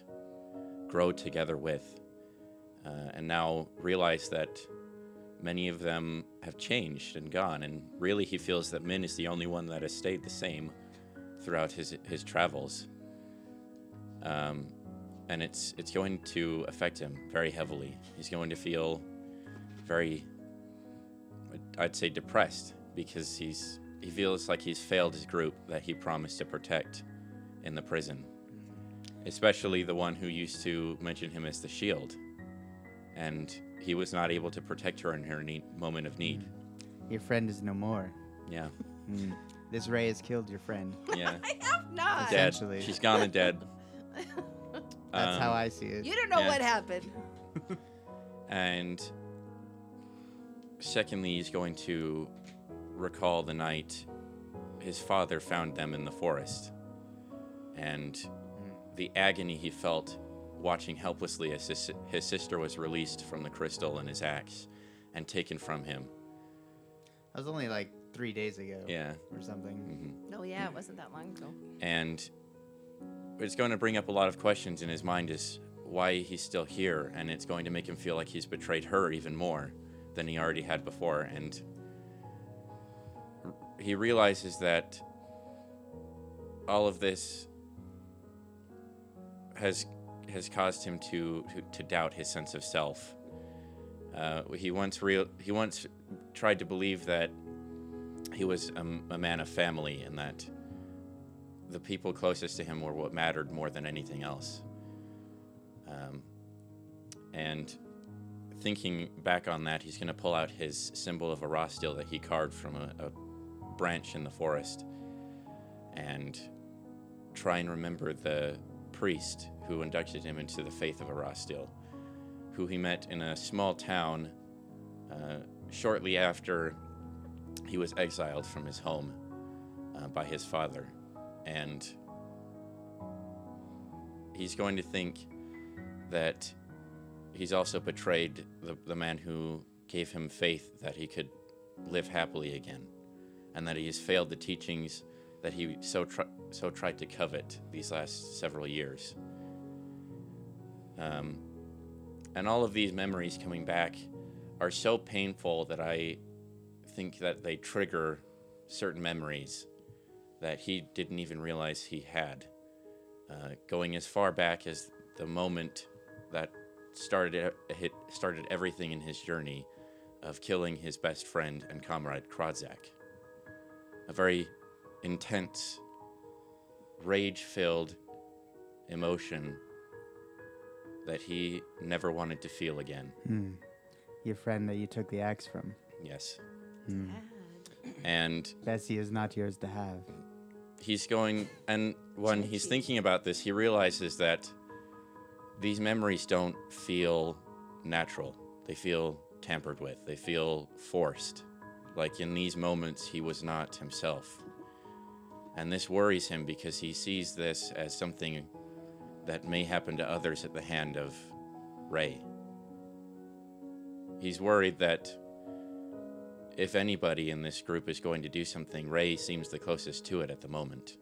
Speaker 8: grow together with. Uh, and now realize that many of them have changed and gone, and really he feels that Min is the only one that has stayed the same throughout his his travels. Um, and it's it's going to affect him very heavily. He's going to feel very, I'd say, depressed because he's he feels like he's failed his group that he promised to protect in the prison, especially the one who used to mention him as the shield, and he was not able to protect her in her need, moment of need.
Speaker 4: Your friend is no more.
Speaker 8: Yeah,
Speaker 4: Mm. This ray has killed your friend.
Speaker 8: yeah.
Speaker 5: Not.
Speaker 8: dead.
Speaker 4: Essentially.
Speaker 8: She's gone and dead.
Speaker 4: That's
Speaker 8: Um,
Speaker 4: how I see it.
Speaker 5: You don't know
Speaker 8: Yeah.
Speaker 5: what happened.
Speaker 8: And secondly, he's going to recall the night his father found them in the forest and the agony he felt watching helplessly as his, his sister was released from the crystal and his axe and taken from him.
Speaker 4: That was only like three days ago.
Speaker 8: Yeah.
Speaker 4: Or something.
Speaker 8: hmm
Speaker 5: Oh yeah, it wasn't that long ago.
Speaker 8: and it's going to bring up a lot of questions in his mind as why he's still here and it's going to make him feel like he's betrayed her even more than he already had before and r- he realizes that all of this has has caused him to to, to doubt his sense of self uh, he once real he once tried to believe that he was a, m- a man of family and that the people closest to him were what mattered more than anything else. Um, and thinking back on that, he's going to pull out his symbol of a rostil that he carved from a, a branch in the forest and try and remember the priest who inducted him into the faith of a rostil, who he met in a small town uh, shortly after he was exiled from his home uh, by his father and he's going to think that he's also betrayed the, the man who gave him faith that he could live happily again and that he has failed the teachings that he so tr- so tried to covet these last several years um, and all of these memories coming back are so painful that I think that they trigger certain memories that he didn't even realize he had. Uh, going as far back as the moment that started e- hit, started everything in his journey of killing his best friend and comrade Krodzak. A very intense, rage-filled emotion that he never wanted to feel again.
Speaker 4: Hmm. Your friend that you took the axe from.
Speaker 8: Yes. And
Speaker 4: Bessie is not yours to have.
Speaker 8: he's going and when he's thinking about this he realizes that these memories don't feel natural they feel tampered with they feel forced like in these moments he was not himself and this worries him because he sees this as something that may happen to others at the hand of ray he's worried that if anybody in this group is going to do something, Ray seems the closest to it at the moment.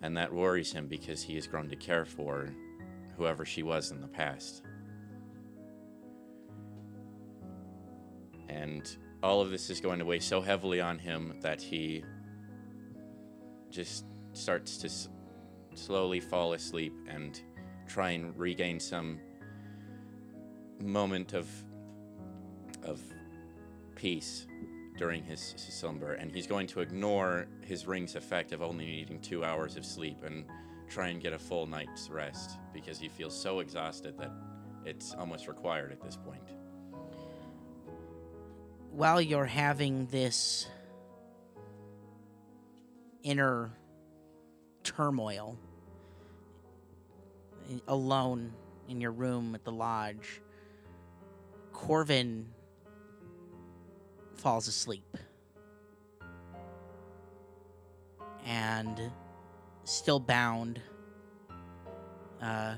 Speaker 8: And that worries him because he has grown to care for whoever she was in the past. And all of this is going to weigh so heavily on him that he just starts to s- slowly fall asleep and try and regain some moment of of peace during his s- slumber, and he's going to ignore his ring's effect of only needing two hours of sleep and try and get a full night's rest because he feels so exhausted that it's almost required at this point.
Speaker 6: while you're having this inner turmoil i- alone in your room at the lodge, Corvin falls asleep. And still bound, uh,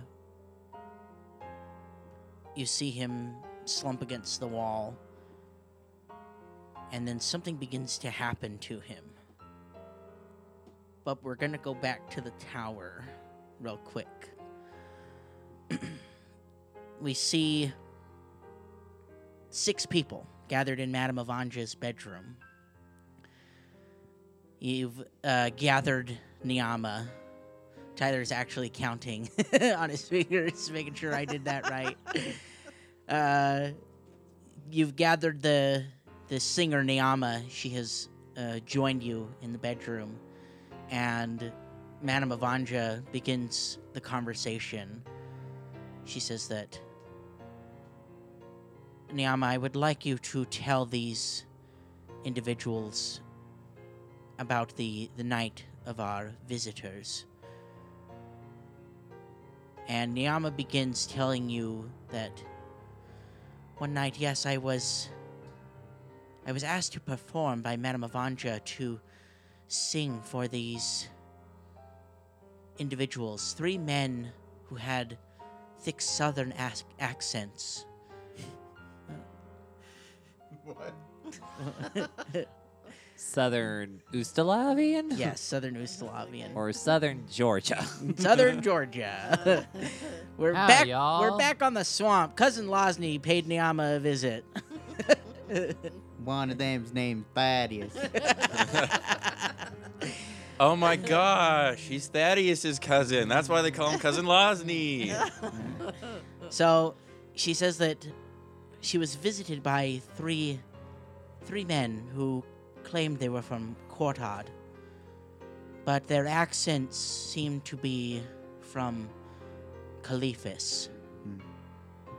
Speaker 6: you see him slump against the wall and then something begins to happen to him. But we're gonna go back to the tower real quick. we see six people gathered in Madame Avanja's bedroom. You've uh, gathered Niama. Tyler's actually counting on his fingers, making sure I did that right. Uh, you've gathered the the singer Niama. She has uh, joined you in the bedroom, and Madame Avanja begins the conversation. She says that Niama, I would like you to tell these individuals about the, the night of our visitors. And Niama begins telling you that one night, yes, I was I was asked to perform by Madame Avanja to sing for these individuals, three men who had thick southern ac- accents.
Speaker 2: Southern Ustalavian?
Speaker 6: Yes, Southern Ustalavian.
Speaker 2: Or Southern Georgia.
Speaker 6: Southern Georgia. we're
Speaker 3: Howdy,
Speaker 6: back
Speaker 3: y'all.
Speaker 6: we're back on the swamp. Cousin Losny paid Niama a visit.
Speaker 4: One of them's named Thaddeus.
Speaker 8: Oh my gosh, he's Thaddeus's cousin. That's why they call him Cousin Losny.
Speaker 6: so she says that she was visited by three three men who claimed they were from Cortard. But their accents seemed to be from Caliphus.
Speaker 4: Hmm.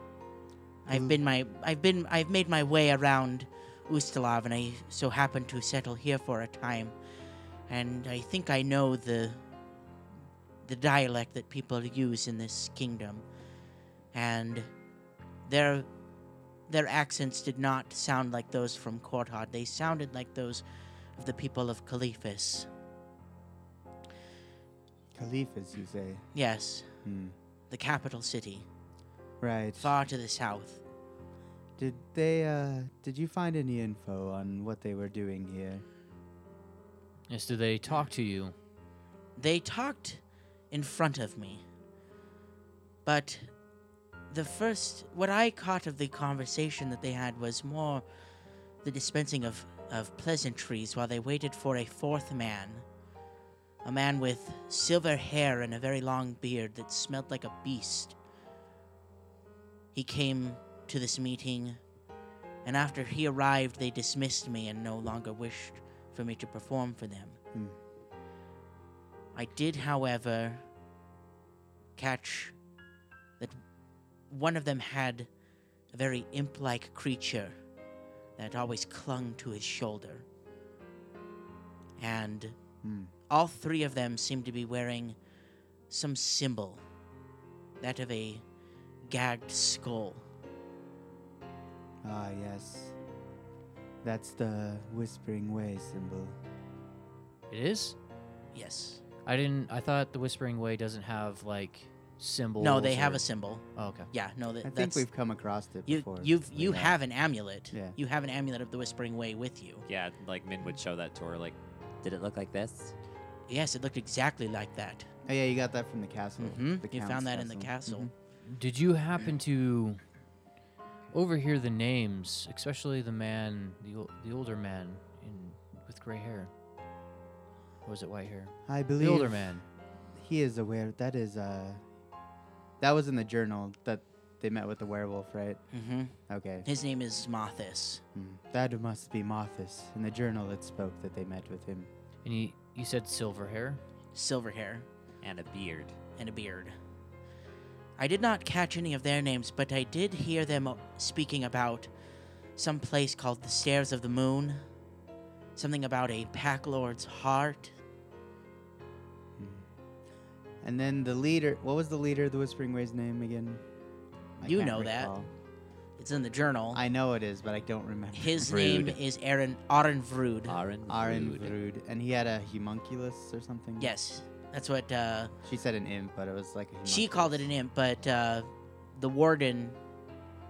Speaker 6: I've been my I've been I've made my way around Ustalav and I so happened to settle here for a time. And I think I know the the dialect that people use in this kingdom and their their accents did not sound like those from Kortad. They sounded like those of the people of Caliphus.
Speaker 4: Caliphas, you say?
Speaker 6: Yes,
Speaker 4: Hmm.
Speaker 6: the capital city,
Speaker 4: Right.
Speaker 6: far to the south.
Speaker 4: Did they, uh, did you find any info on what they were doing here?
Speaker 3: Yes, do they talk to you?
Speaker 6: They talked in front of me. But the first, what I caught of the conversation that they had was more the dispensing of, of pleasantries while they waited for a fourth man. A man with silver hair and a very long beard that smelled like a beast. He came to this meeting, and after he arrived, they dismissed me and no longer wished for me to perform for them. I did, however, catch that one of them had a very imp like creature that always clung to his shoulder. And
Speaker 4: Hmm.
Speaker 6: all three of them seemed to be wearing some symbol that of a gagged skull.
Speaker 4: Ah, yes. That's the Whispering Way symbol.
Speaker 3: It is?
Speaker 6: Yes.
Speaker 3: I didn't. I thought the Whispering Way doesn't have like symbols.
Speaker 6: No, they have
Speaker 3: or-
Speaker 6: a symbol.
Speaker 3: Oh, okay.
Speaker 6: Yeah, no,
Speaker 4: I
Speaker 6: that,
Speaker 4: think
Speaker 6: that's
Speaker 4: we've come across it
Speaker 6: you.
Speaker 4: before.
Speaker 6: You've
Speaker 4: We
Speaker 6: you have an amulet.
Speaker 4: Yeah.
Speaker 6: You have an amulet of the Whispering Way with you.
Speaker 2: yeah, like Min would show that to her, like, did it look like this?
Speaker 6: Yes, it looked exactly like that.
Speaker 4: Oh, yeah, you got that from the castle.
Speaker 6: hmm
Speaker 4: The
Speaker 6: You
Speaker 4: count's
Speaker 6: found that in the castle.
Speaker 4: Mhm.
Speaker 3: Did you happen to overhear the names, especially the man, the, ol- the older man in with gray hair? Or was it white hair?
Speaker 4: Mm-hmm. I
Speaker 3: The
Speaker 4: believe
Speaker 3: older man.
Speaker 4: he is aware. That is, uh, that was in the journal that they met with the werewolf, right?
Speaker 6: hmm
Speaker 4: Okay.
Speaker 6: His name is Mothis.
Speaker 4: Hmm. That must be Mothis. In the journal, it spoke that they met with him.
Speaker 3: And he, you said silver hair?
Speaker 6: Silver hair
Speaker 2: And a beard.
Speaker 6: and a beard. I did not catch any of their names, but I did hear them o- speaking about some place called the Stairs of the Moon. Something about a pack lord's heart.
Speaker 4: And then the leader. What was the leader of the Whispering Way's name again?
Speaker 6: You
Speaker 4: can't
Speaker 6: know that. It's in the journal.
Speaker 4: I know it is, but I don't remember.
Speaker 6: His
Speaker 2: Vrood.
Speaker 6: name is Aaron Aaron Vrood.
Speaker 2: Arin Vrood.
Speaker 4: Arin Vrood. And he had a homunculus or something?
Speaker 6: yes, that's what uh,
Speaker 4: She said an imp, but it was like a homunculus.
Speaker 6: she called it an imp, but uh, the warden,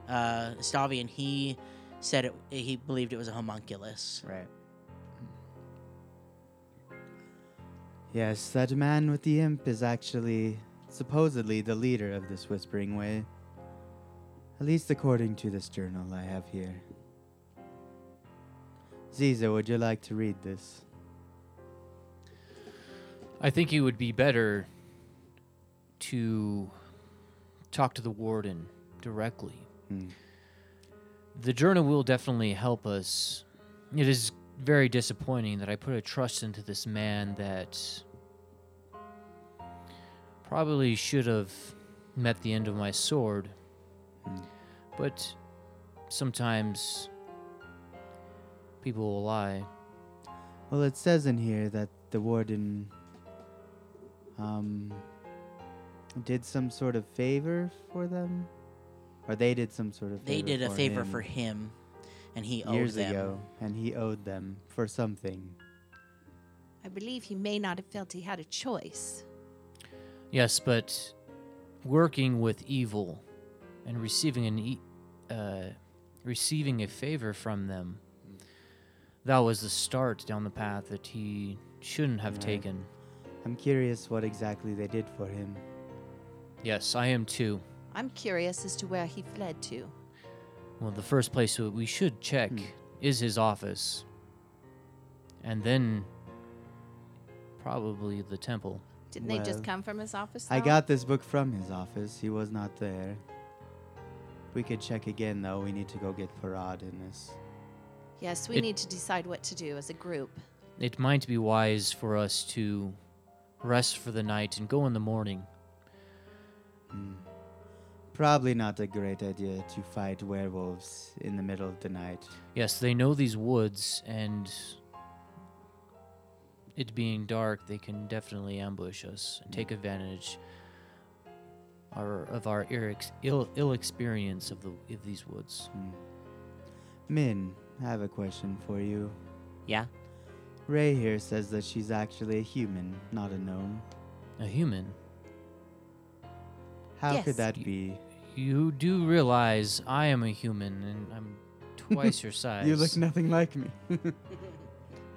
Speaker 6: uh, Stavian, he said it, he believed it was a homunculus.
Speaker 4: Right. Yes, that man with the imp is actually supposedly the leader of this Whispering Way. At least according to this journal I have here. Ziza, would you like to read this?
Speaker 3: I think it would be better to talk to the warden directly.
Speaker 4: Hmm.
Speaker 3: The journal will definitely help us. It is very disappointing that I put a trust into this man that probably should have met the end of my sword. But sometimes people will lie.
Speaker 4: Well, it says in here that the warden um, did some sort of favor for them, or they did some sort of.
Speaker 6: They
Speaker 4: favor
Speaker 6: did a
Speaker 4: for
Speaker 6: favor
Speaker 4: him
Speaker 6: for him, and he owed
Speaker 4: years
Speaker 6: them.
Speaker 4: ago, and he owed them for something.
Speaker 5: I believe he may not have felt he had a choice.
Speaker 3: Yes, but working with evil and receiving an e- uh, receiving a favor from them that was the start down the path that he shouldn't have
Speaker 4: Right.
Speaker 3: taken.
Speaker 4: I'm curious what exactly they did for him.
Speaker 3: Yes, I am too.
Speaker 5: I'm curious as to where he fled to.
Speaker 3: Well, the first place that we should check is his office, and then probably the temple.
Speaker 5: Didn't they just
Speaker 4: Well,
Speaker 5: come from his office?
Speaker 4: I
Speaker 5: though?
Speaker 4: got this book from his office. He was not there. We could check again, though. We need to go get Parad in this.
Speaker 5: Yes, we
Speaker 3: It-
Speaker 5: need to decide what to do as a group.
Speaker 3: It might be wise for us to rest for the night and go in the morning.
Speaker 4: Probably not a great idea to fight werewolves in the middle of the night.
Speaker 3: Yes, they know these woods, and it being dark, they can definitely ambush us and take advantage our, of our irex- ill, ill experience of, the, of these woods.
Speaker 4: Hmm. Min, I have a question for you.
Speaker 2: Yeah.
Speaker 4: Ray here says that she's actually a human, not a gnome.
Speaker 3: A human,
Speaker 4: How
Speaker 5: Yes.
Speaker 4: could that
Speaker 3: You-
Speaker 4: be?
Speaker 3: you do realize I am a human, and I'm twice your size.
Speaker 4: You look nothing like me.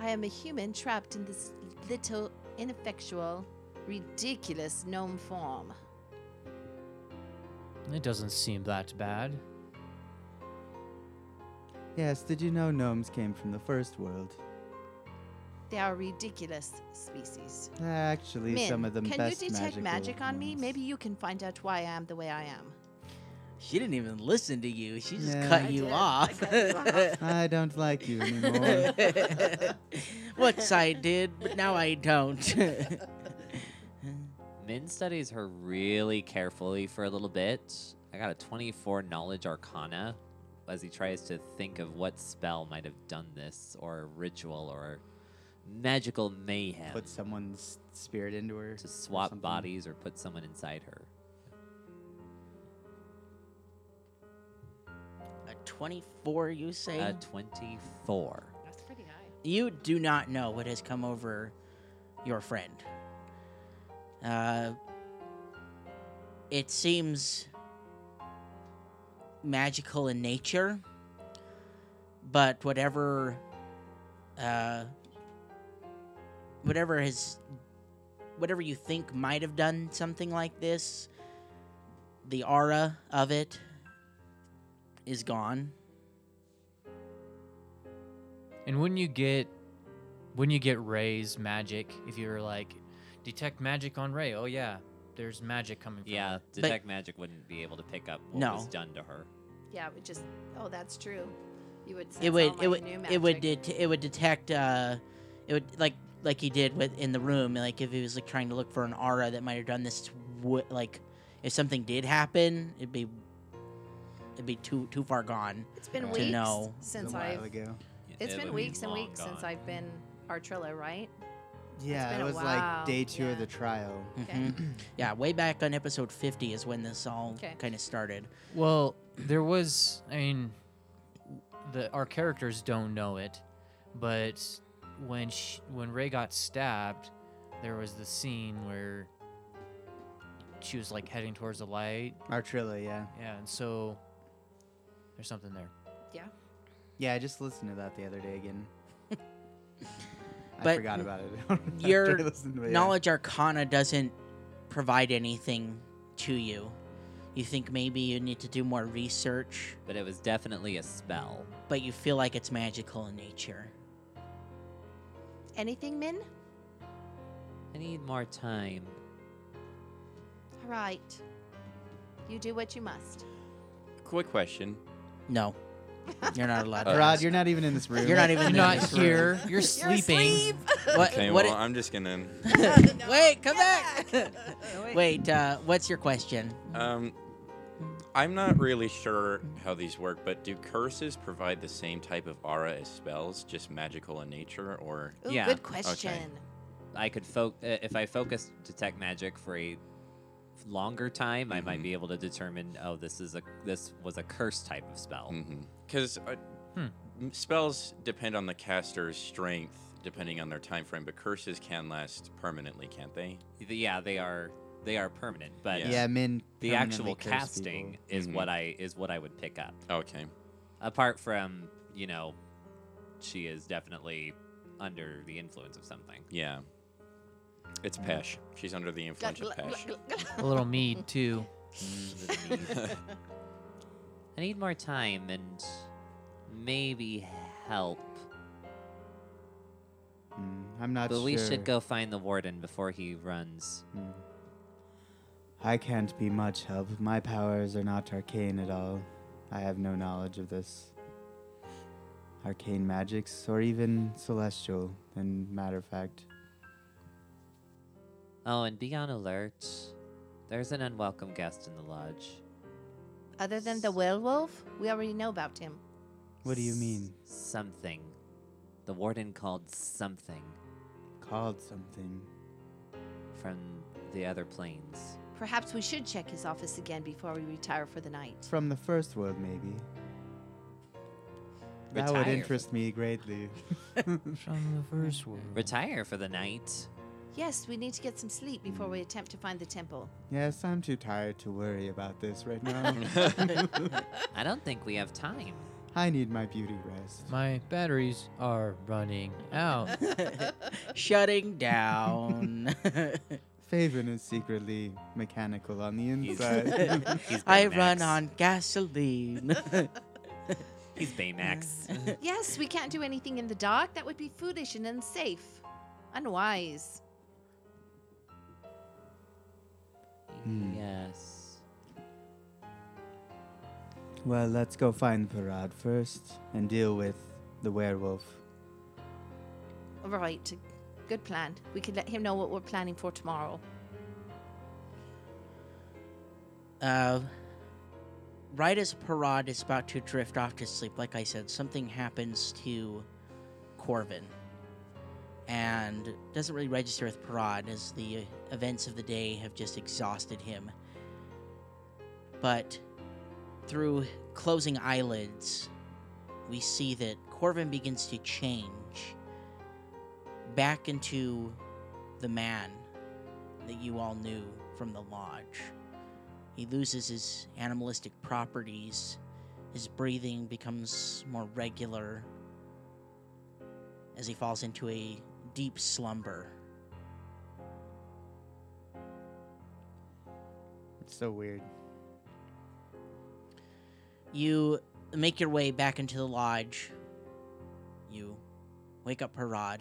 Speaker 5: I am a human trapped in this little, ineffectual, ridiculous gnome form.
Speaker 3: It doesn't seem that bad.
Speaker 4: yes, did you know gnomes came from the first world?
Speaker 5: They are a ridiculous species.
Speaker 4: Actually,
Speaker 5: Min,
Speaker 4: some of the
Speaker 5: can
Speaker 4: best
Speaker 5: you detect
Speaker 4: magical
Speaker 5: magic on me?
Speaker 4: ones.
Speaker 5: Maybe you can find out why I am the way I am.
Speaker 6: She didn't even listen to you. She just
Speaker 4: Yeah.
Speaker 6: cut
Speaker 4: I
Speaker 6: you
Speaker 5: did. I
Speaker 6: off.
Speaker 5: cut
Speaker 4: I don't like you anymore.
Speaker 6: Once I did, but now I don't.
Speaker 2: Min studies her really carefully for a little bit. I got a 24 knowledge arcana as he tries to think of what spell might have done this, or ritual, or magical mayhem
Speaker 4: Put someone's spirit into her.
Speaker 2: to
Speaker 4: or
Speaker 2: swap
Speaker 4: something.
Speaker 2: bodies or put someone inside her.
Speaker 6: a 24, you say?
Speaker 2: A 24.
Speaker 5: That's pretty high.
Speaker 6: you do not know what has come over your friend. Uh, it seems magical in nature, but whatever, uh, whatever has, whatever you think might have done something like this, the aura of it is gone.
Speaker 3: And when you get when you get Ray's magic, if you're like detect magic on Ray, oh yeah, there's magic coming from
Speaker 2: Yeah,
Speaker 3: her.
Speaker 2: detect magic wouldn't be able to pick up what
Speaker 6: No.
Speaker 2: was done to her.
Speaker 5: Yeah, we just. Oh, that's true. You would. Sense
Speaker 6: it would
Speaker 5: all my
Speaker 6: it would
Speaker 5: new
Speaker 6: it would
Speaker 5: magic.
Speaker 6: det- it would detect uh it would like like he did with in the room like if he was like trying to look for an aura that might have done this wo- like if something did happen it'd be it'd be too too far gone
Speaker 5: It's been
Speaker 4: to
Speaker 5: weeks
Speaker 6: know.
Speaker 5: since
Speaker 4: a while
Speaker 5: I've.
Speaker 4: ago.
Speaker 5: It's
Speaker 2: It
Speaker 5: been
Speaker 2: would be
Speaker 5: weeks and
Speaker 2: long
Speaker 5: weeks
Speaker 2: gone.
Speaker 5: since I've been Artrilla, right?
Speaker 4: Yeah,
Speaker 5: been
Speaker 4: it
Speaker 5: a
Speaker 4: was
Speaker 5: while,
Speaker 4: like day two
Speaker 5: yeah.
Speaker 4: of the trial.
Speaker 5: Okay.
Speaker 6: Mhm. yeah way back on episode 50 is when this all
Speaker 5: Okay.
Speaker 6: kind of started
Speaker 3: Well, there was I mean the our characters don't know it, but when sh when Ray got stabbed, there was the scene where she was like heading towards the light.
Speaker 4: Artrilla, yeah.
Speaker 3: Yeah, and so there's something there.
Speaker 4: Yeah, I just listened to that the other day again. I
Speaker 6: But
Speaker 4: forgot
Speaker 6: n-
Speaker 4: about it. after I
Speaker 6: your
Speaker 4: Oh, listened to it, yeah.
Speaker 6: knowledge arcana doesn't provide anything to you You think maybe you need to do more research,
Speaker 2: but it was definitely a spell.
Speaker 6: but you feel like it's magical in nature.
Speaker 5: Anything, Min?
Speaker 2: I need more time.
Speaker 5: All right. You do what you must.
Speaker 8: Quick question.
Speaker 6: No. You're not allowed to.
Speaker 2: Uh,
Speaker 4: Parad,
Speaker 6: ask.
Speaker 4: you're not even in this room.
Speaker 6: You're not even
Speaker 3: You're
Speaker 6: in
Speaker 3: not
Speaker 6: this
Speaker 3: here.
Speaker 6: room.
Speaker 3: You're sleeping.
Speaker 6: What,
Speaker 8: Okay,
Speaker 6: what
Speaker 8: well,
Speaker 6: i-
Speaker 8: I'm just gonna.
Speaker 6: wait, come back. wait, uh, what's your question?
Speaker 8: Um, I'm not really sure how these work, but do curses provide the same type of aura as spells, just magical in nature, or
Speaker 5: Ooh,
Speaker 2: Yeah,
Speaker 5: good question.
Speaker 2: I could fo- uh, if I focus detect magic for a longer time, I might
Speaker 5: Mm-hmm.
Speaker 8: Mhm.
Speaker 2: be able to determine. Oh, this is a this was a curse type of spell.
Speaker 5: Mm.
Speaker 8: because uh,
Speaker 3: Hmm.
Speaker 8: m- spells depend on the caster's strength, depending on their time frame, but curses can last permanently, can't they?
Speaker 2: Th- Yeah, they are they are permanent, but
Speaker 8: Yeah.
Speaker 4: Yeah, Min.
Speaker 2: the
Speaker 4: permanently
Speaker 2: actual
Speaker 4: cursed
Speaker 2: casting
Speaker 4: people.
Speaker 2: is
Speaker 5: Mm-hmm.
Speaker 8: Mhm.
Speaker 2: what I is what I would pick up.
Speaker 8: Okay.
Speaker 2: Apart from you know, she is definitely under the influence of something.
Speaker 8: Yeah. It's Pesh. She's under the influence of Pesh.
Speaker 3: A little mead too.
Speaker 2: I need more time and maybe help.
Speaker 4: Mm, I'm not
Speaker 2: But
Speaker 4: sure.
Speaker 2: we should go find the warden before he runs.
Speaker 4: Mm. I can't be much help. My powers are not arcane at all. I have no knowledge of this. Arcane magics, or even celestial, in matter of fact.
Speaker 2: Oh, and be on alert. There's an unwelcome guest in the lodge.
Speaker 5: Other than the werewolf, we already know about him.
Speaker 4: What do you mean?
Speaker 2: S- Something. The warden called something
Speaker 4: Called something.
Speaker 2: from the other planes.
Speaker 5: Perhaps we should check his office again before we retire for the night.
Speaker 4: From the first world, maybe. That would
Speaker 2: Retire.
Speaker 4: interest me greatly.
Speaker 3: From the first world.
Speaker 2: Retire for the night.
Speaker 5: Yes, we need to get some sleep before we attempt to find the temple.
Speaker 4: Yes, I'm too tired to worry about this right now.
Speaker 2: I don't think we have time.
Speaker 4: I need my beauty rest.
Speaker 3: My batteries are running out.
Speaker 6: Shutting down.
Speaker 4: Faven is secretly mechanical on the inside.
Speaker 2: He's
Speaker 6: I
Speaker 2: Baymax.
Speaker 6: run on gasoline.
Speaker 2: He's Baymax.
Speaker 5: yes, we can't do anything in the dark. That would be foolish and unsafe. Unwise.
Speaker 2: Yes.
Speaker 4: well, let's go find Parad first and deal with the werewolf.
Speaker 5: All right. Good plan. We could let him know what we're planning for tomorrow.
Speaker 6: Uh, right as Parad is about to drift off to sleep, like I said, something happens to Corvin. And it doesn't really register with Parad as the events of the day have just exhausted him. But through closing eyelids, we see that Corvin begins to change back into the man that you all knew from the lodge. He loses his animalistic properties. His breathing becomes more regular as he falls into a deep slumber.
Speaker 4: It's so weird.
Speaker 6: You make your way back into the lodge. You wake up Parad,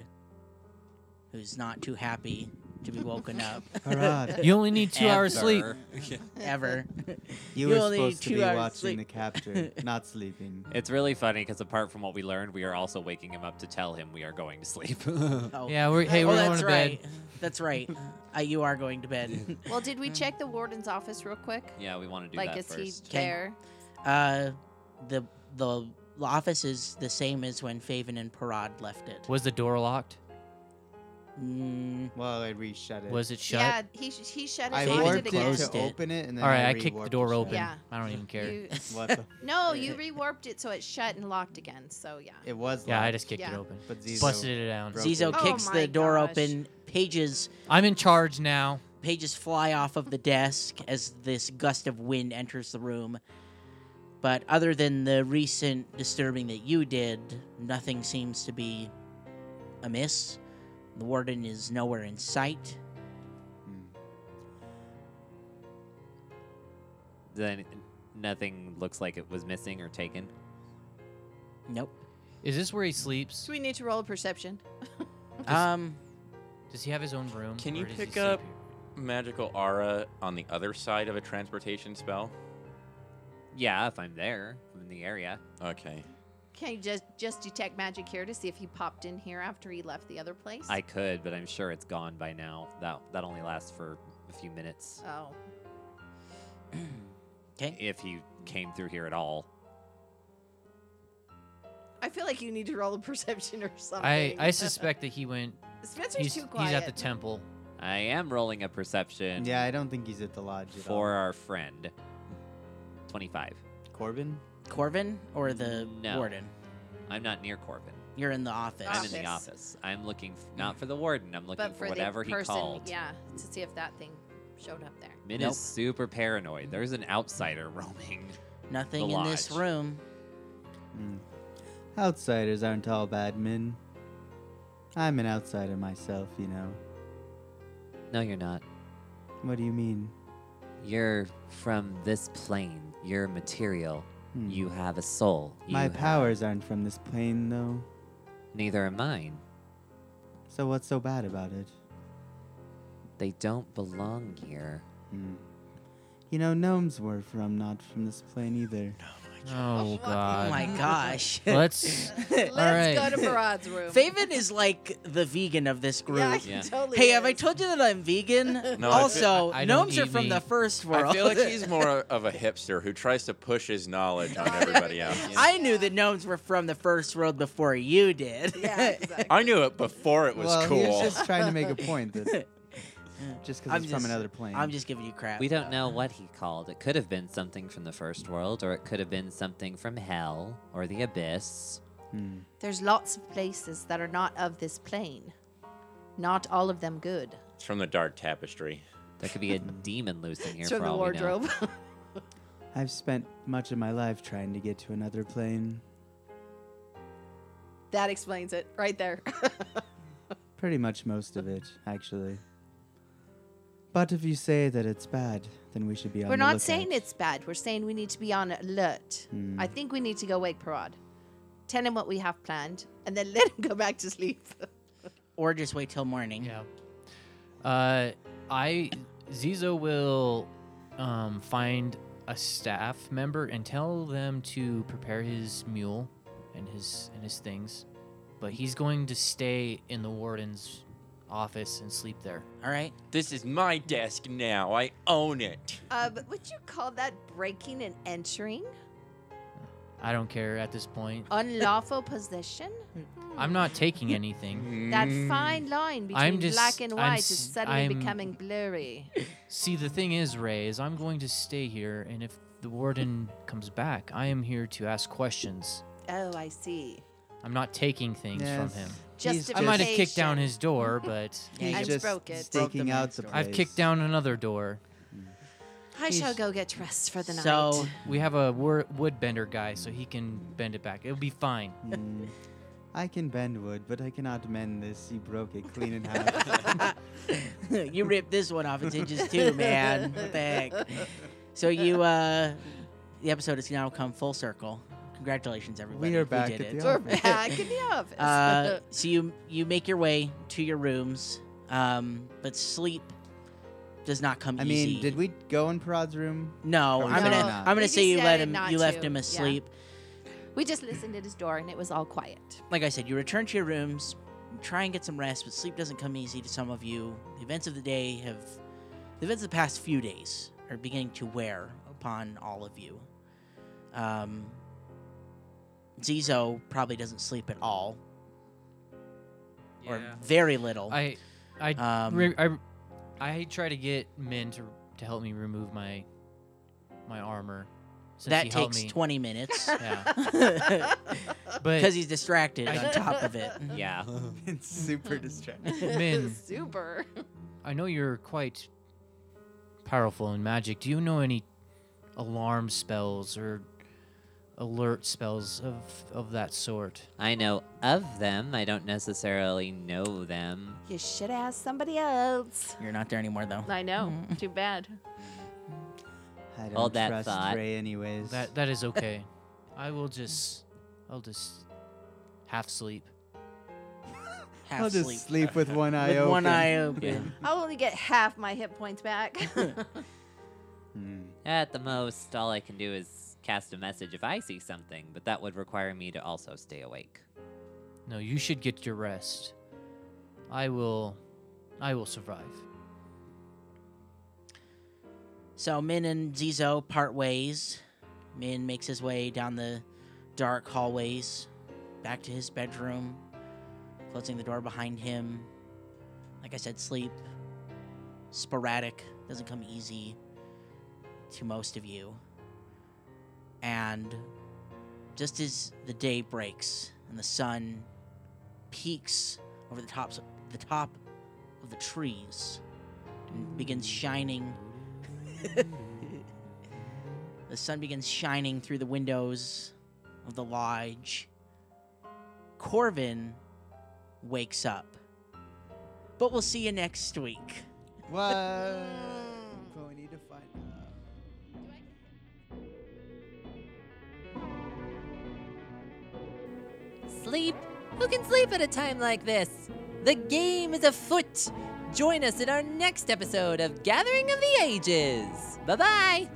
Speaker 6: who's not too happy to be woken up
Speaker 4: Parad,
Speaker 3: You only need two hours sleep.
Speaker 6: ever.
Speaker 4: you
Speaker 6: You
Speaker 4: were
Speaker 6: only need
Speaker 4: supposed to
Speaker 6: two
Speaker 4: be
Speaker 6: hours
Speaker 4: watching
Speaker 6: sleep.
Speaker 4: the capture, not sleeping.
Speaker 2: It's really funny because apart from what we learned, we are also waking him up to tell him we are going to sleep.
Speaker 6: Oh.
Speaker 3: Yeah, we're hey,
Speaker 6: Oh,
Speaker 3: we're going
Speaker 6: that's
Speaker 3: to
Speaker 6: right.
Speaker 3: bed.
Speaker 6: That's right. Uh, you are going to bed.
Speaker 5: Well, did we check the warden's office real quick?
Speaker 2: Hmm. yeah, we want to do
Speaker 5: like,
Speaker 2: that
Speaker 5: is
Speaker 2: first.
Speaker 5: he
Speaker 6: Can-
Speaker 5: there?
Speaker 6: Uh, the the office is the same as when Faven and Parad left it.
Speaker 3: Was the door locked?
Speaker 6: Mm,
Speaker 4: Well, I reshut it.
Speaker 3: Was it shut?
Speaker 5: Yeah, he, sh- he shut
Speaker 4: I
Speaker 5: his
Speaker 6: Faven
Speaker 4: warped
Speaker 5: it
Speaker 4: it
Speaker 5: again.
Speaker 6: closed
Speaker 4: to
Speaker 6: it.
Speaker 4: open it, and then
Speaker 3: All right, I,
Speaker 4: rewarped
Speaker 3: kicked the
Speaker 4: to
Speaker 3: door
Speaker 4: shut
Speaker 3: open.
Speaker 4: it.
Speaker 5: Yeah.
Speaker 3: I don't even care.
Speaker 5: You-
Speaker 4: What the-
Speaker 5: no, you rewarped it so it shut and locked again. So yeah.
Speaker 4: it was.
Speaker 3: yeah, I
Speaker 4: locked,
Speaker 3: just kicked
Speaker 5: Yeah.
Speaker 3: it open.
Speaker 4: But Zizo
Speaker 3: Busted it down.
Speaker 4: broke
Speaker 6: Zizo
Speaker 4: it.
Speaker 5: Oh
Speaker 6: kicks
Speaker 5: my
Speaker 6: the door
Speaker 5: gosh.
Speaker 6: open. Pages
Speaker 3: I'm in charge now.
Speaker 6: pages fly off of the desk as this gust of wind enters the room. But other than the recent disturbing that you did, nothing seems to be amiss. The warden is nowhere in sight.
Speaker 2: Then nothing looks like it was missing or taken.
Speaker 6: Nope.
Speaker 3: Is this where he sleeps?
Speaker 5: Do we need to roll a perception?
Speaker 6: Um,
Speaker 3: Does he have his own room?
Speaker 8: Can
Speaker 3: or
Speaker 8: you
Speaker 3: does he
Speaker 8: pick
Speaker 3: sleep
Speaker 8: up-
Speaker 3: here?
Speaker 8: Magical aura on the other side of a transportation spell.
Speaker 2: Yeah, if I'm there, if I'm in the area.
Speaker 8: Okay.
Speaker 5: Can you just just detect magic here to see if he popped in here after he left the other place?
Speaker 2: I could, but I'm sure it's gone by now. That that only lasts for a few minutes
Speaker 5: Oh,
Speaker 6: okay.
Speaker 2: if he came through here at all.
Speaker 5: I feel like you need to roll a perception or
Speaker 3: I,
Speaker 5: something.
Speaker 3: I suspect that he went.
Speaker 5: Spencer's
Speaker 3: He's,
Speaker 5: too
Speaker 3: he's
Speaker 5: quiet.
Speaker 3: at the temple.
Speaker 2: I am rolling a perception
Speaker 4: Yeah, I don't think he's at the lodge at
Speaker 2: for
Speaker 4: all.
Speaker 2: our friend. 25.
Speaker 4: Corbin.
Speaker 6: Corvin or the
Speaker 2: No.
Speaker 6: warden?
Speaker 2: I'm not near Corbin.
Speaker 6: You're in the office.
Speaker 2: I'm in the
Speaker 5: Office.
Speaker 2: office. I'm looking f- not for the warden. I'm looking
Speaker 5: but
Speaker 2: for,
Speaker 5: for
Speaker 2: whatever
Speaker 5: the person,
Speaker 2: he called.
Speaker 5: yeah, to see if that thing showed up there.
Speaker 2: Min
Speaker 6: Nope.
Speaker 2: is super paranoid. There's an outsider roaming.
Speaker 6: Nothing
Speaker 2: the
Speaker 6: in this
Speaker 2: lodge.
Speaker 6: room.
Speaker 4: Hmm. Outsiders aren't all bad men. I'm an outsider myself, you know.
Speaker 2: No, you're not.
Speaker 4: What do you mean?
Speaker 2: You're from this plane. You're material.
Speaker 4: Hmm.
Speaker 2: You have a soul.
Speaker 4: My
Speaker 2: You have-
Speaker 4: powers aren't from this plane, though.
Speaker 2: Neither are mine.
Speaker 4: So what's so bad about it?
Speaker 2: They don't belong here.
Speaker 4: Hmm. You know, gnomes were from not from this plane either.
Speaker 3: Oh
Speaker 6: Oh
Speaker 3: God.
Speaker 6: my gosh.
Speaker 3: Let's.
Speaker 5: Let's
Speaker 3: right.
Speaker 5: go to Barad's room.
Speaker 6: Faven is like the vegan of this group.
Speaker 5: yeah, he
Speaker 2: Yeah.
Speaker 5: totally
Speaker 6: Hey, have I
Speaker 5: is.
Speaker 6: told you that I'm vegan?
Speaker 8: No, I
Speaker 6: also,
Speaker 3: I- I don't
Speaker 6: gnomes are
Speaker 3: eat
Speaker 6: from the
Speaker 3: meat.
Speaker 6: first world.
Speaker 8: I feel like he's more of a hipster who tries to push his knowledge on everybody else.
Speaker 6: I knew that gnomes were from the first world before you did.
Speaker 5: Yeah, exactly.
Speaker 8: I knew it before it was
Speaker 4: well, he
Speaker 8: cool.
Speaker 4: was just trying to make a point that just because
Speaker 6: I'm
Speaker 4: it's
Speaker 6: just-
Speaker 4: from another plane.
Speaker 6: I'm just giving you crap.
Speaker 2: We don't know what he called. It could have been something from the first world, or it could have been something from hell or the abyss.
Speaker 4: Hmm.
Speaker 5: There's lots of places that are not of this plane. Not all of them good.
Speaker 8: It's from the dark tapestry.
Speaker 2: There could be a demon loose in here
Speaker 5: It's
Speaker 2: for
Speaker 5: from the
Speaker 2: all
Speaker 5: wardrobe.
Speaker 4: I've spent much of my life trying to get to another plane.
Speaker 5: that explains it right there.
Speaker 4: Pretty much most of it, actually. But if you say that it's bad, then we should be on
Speaker 5: We're
Speaker 4: the
Speaker 5: not
Speaker 4: lookout.
Speaker 5: saying it's bad. We're saying we need to be on alert.
Speaker 6: Hmm.
Speaker 5: I think we need to go wake Parad. Tell him what we have planned, and then let him go back to sleep.
Speaker 6: or just wait till morning.
Speaker 3: Yeah. Uh, I Zizo will um, find a staff member and tell them to prepare his mule and his and his things, but he's going to stay in the warden's office and sleep there.
Speaker 6: All right.
Speaker 8: This is my desk now. I own it.
Speaker 5: uh, but would you call that breaking and entering?
Speaker 3: I don't care at this point.
Speaker 5: Unlawful possession?
Speaker 3: I'm not taking anything.
Speaker 5: That
Speaker 6: Mm.
Speaker 5: fine line between
Speaker 3: I'm just-
Speaker 5: black and
Speaker 3: I'm
Speaker 5: white
Speaker 3: s-
Speaker 5: is suddenly
Speaker 3: I'm-
Speaker 5: becoming blurry.
Speaker 3: See, the thing is, Ray, is I'm going to stay here, and if the warden comes back, I am here to ask questions.
Speaker 5: Oh, I see.
Speaker 3: I'm not taking things
Speaker 4: Yes.
Speaker 3: from him.
Speaker 4: He's
Speaker 3: I might have kicked
Speaker 5: Justification.
Speaker 3: down his door, but
Speaker 4: He's
Speaker 5: I
Speaker 4: just
Speaker 5: broke it.
Speaker 6: Broke the
Speaker 4: staking out
Speaker 6: man's
Speaker 4: the
Speaker 6: door.
Speaker 4: place.
Speaker 3: I've kicked down another door.
Speaker 5: I shall
Speaker 3: He's-
Speaker 5: go get dressed for the night.
Speaker 6: So
Speaker 3: We have a wor- wood bender guy, so he can bend it back. It'll be fine.
Speaker 4: Hmm. I can bend wood, but I cannot mend this. You broke it clean in half.
Speaker 6: you ripped this one off its hinges too, man. What the heck? So you, uh, the episode has now come full circle. Congratulations, everybody.
Speaker 4: we are
Speaker 6: You
Speaker 4: back
Speaker 6: did
Speaker 4: at
Speaker 6: it.
Speaker 4: the
Speaker 5: We're
Speaker 4: office.
Speaker 5: back in the office.
Speaker 6: Uh, so you you make your way to your rooms, um, but sleep does not come
Speaker 4: I
Speaker 6: easy.
Speaker 4: mean, did we go in Parad's room?
Speaker 6: No,
Speaker 4: Or we
Speaker 6: I'm gonna
Speaker 4: did not?
Speaker 6: I'm
Speaker 5: We
Speaker 6: gonna say you let
Speaker 5: decided
Speaker 6: him
Speaker 5: not
Speaker 6: you left
Speaker 5: to,
Speaker 6: him
Speaker 5: yeah.
Speaker 6: asleep.
Speaker 5: we just listened at his door, and it was all quiet.
Speaker 6: Like I said, you return to your rooms, try and get some rest, but sleep doesn't come easy to some of you. The events of the day have the events of the past few days are beginning to wear upon all of you. Um, Zizo probably doesn't sleep at all, or very little.
Speaker 3: I, I,
Speaker 6: um,
Speaker 3: re- I, I try to get Min to to help me remove my, my armor. Since
Speaker 6: that
Speaker 3: he helped
Speaker 6: takes
Speaker 3: me.
Speaker 6: 20 minutes
Speaker 3: Yeah,
Speaker 6: because
Speaker 3: but
Speaker 6: he's distracted
Speaker 3: I-
Speaker 6: on top of it.
Speaker 2: Now. Yeah.
Speaker 4: it's super distracting.
Speaker 3: Min.
Speaker 5: Super.
Speaker 3: I know you're quite powerful in magic. Do you know any alarm spells or alert spells of of that sort?
Speaker 2: I know of them. I don't necessarily know them.
Speaker 5: You should ask somebody else.
Speaker 3: Mm.
Speaker 6: You're not there anymore though.
Speaker 5: I know. Too bad.
Speaker 4: I don't
Speaker 2: Hold that
Speaker 4: trust
Speaker 2: thought.
Speaker 4: Ray anyways.
Speaker 3: That that is okay. I will just I'll just half sleep.
Speaker 6: Half
Speaker 4: I'll
Speaker 6: sleep.
Speaker 4: just sleep with one eye
Speaker 6: With
Speaker 4: open.
Speaker 6: one eye open.
Speaker 2: Yeah.
Speaker 5: I'll only get half my hit points back.
Speaker 4: Hmm.
Speaker 2: At the most, all I can do is cast a message if I see something, but that would require me to also stay awake.
Speaker 3: No, you should get your rest. I will I will survive.
Speaker 6: So Min and Zizo part ways. Min makes his way down the dark hallways, back to his bedroom, closing the door behind him. Like I said, sleep sporadic doesn't come easy to most of you. And just as the day breaks and the sun peaks over the tops the top of the trees and begins shining the sun begins shining through the windows of the lodge. Corvin wakes up. But we'll see you next week.
Speaker 4: What? But we need to find out.
Speaker 2: Sleep? Who can sleep at a time like this? The game is afoot! Join us in our next episode of Gathering of the Ages! Bye bye!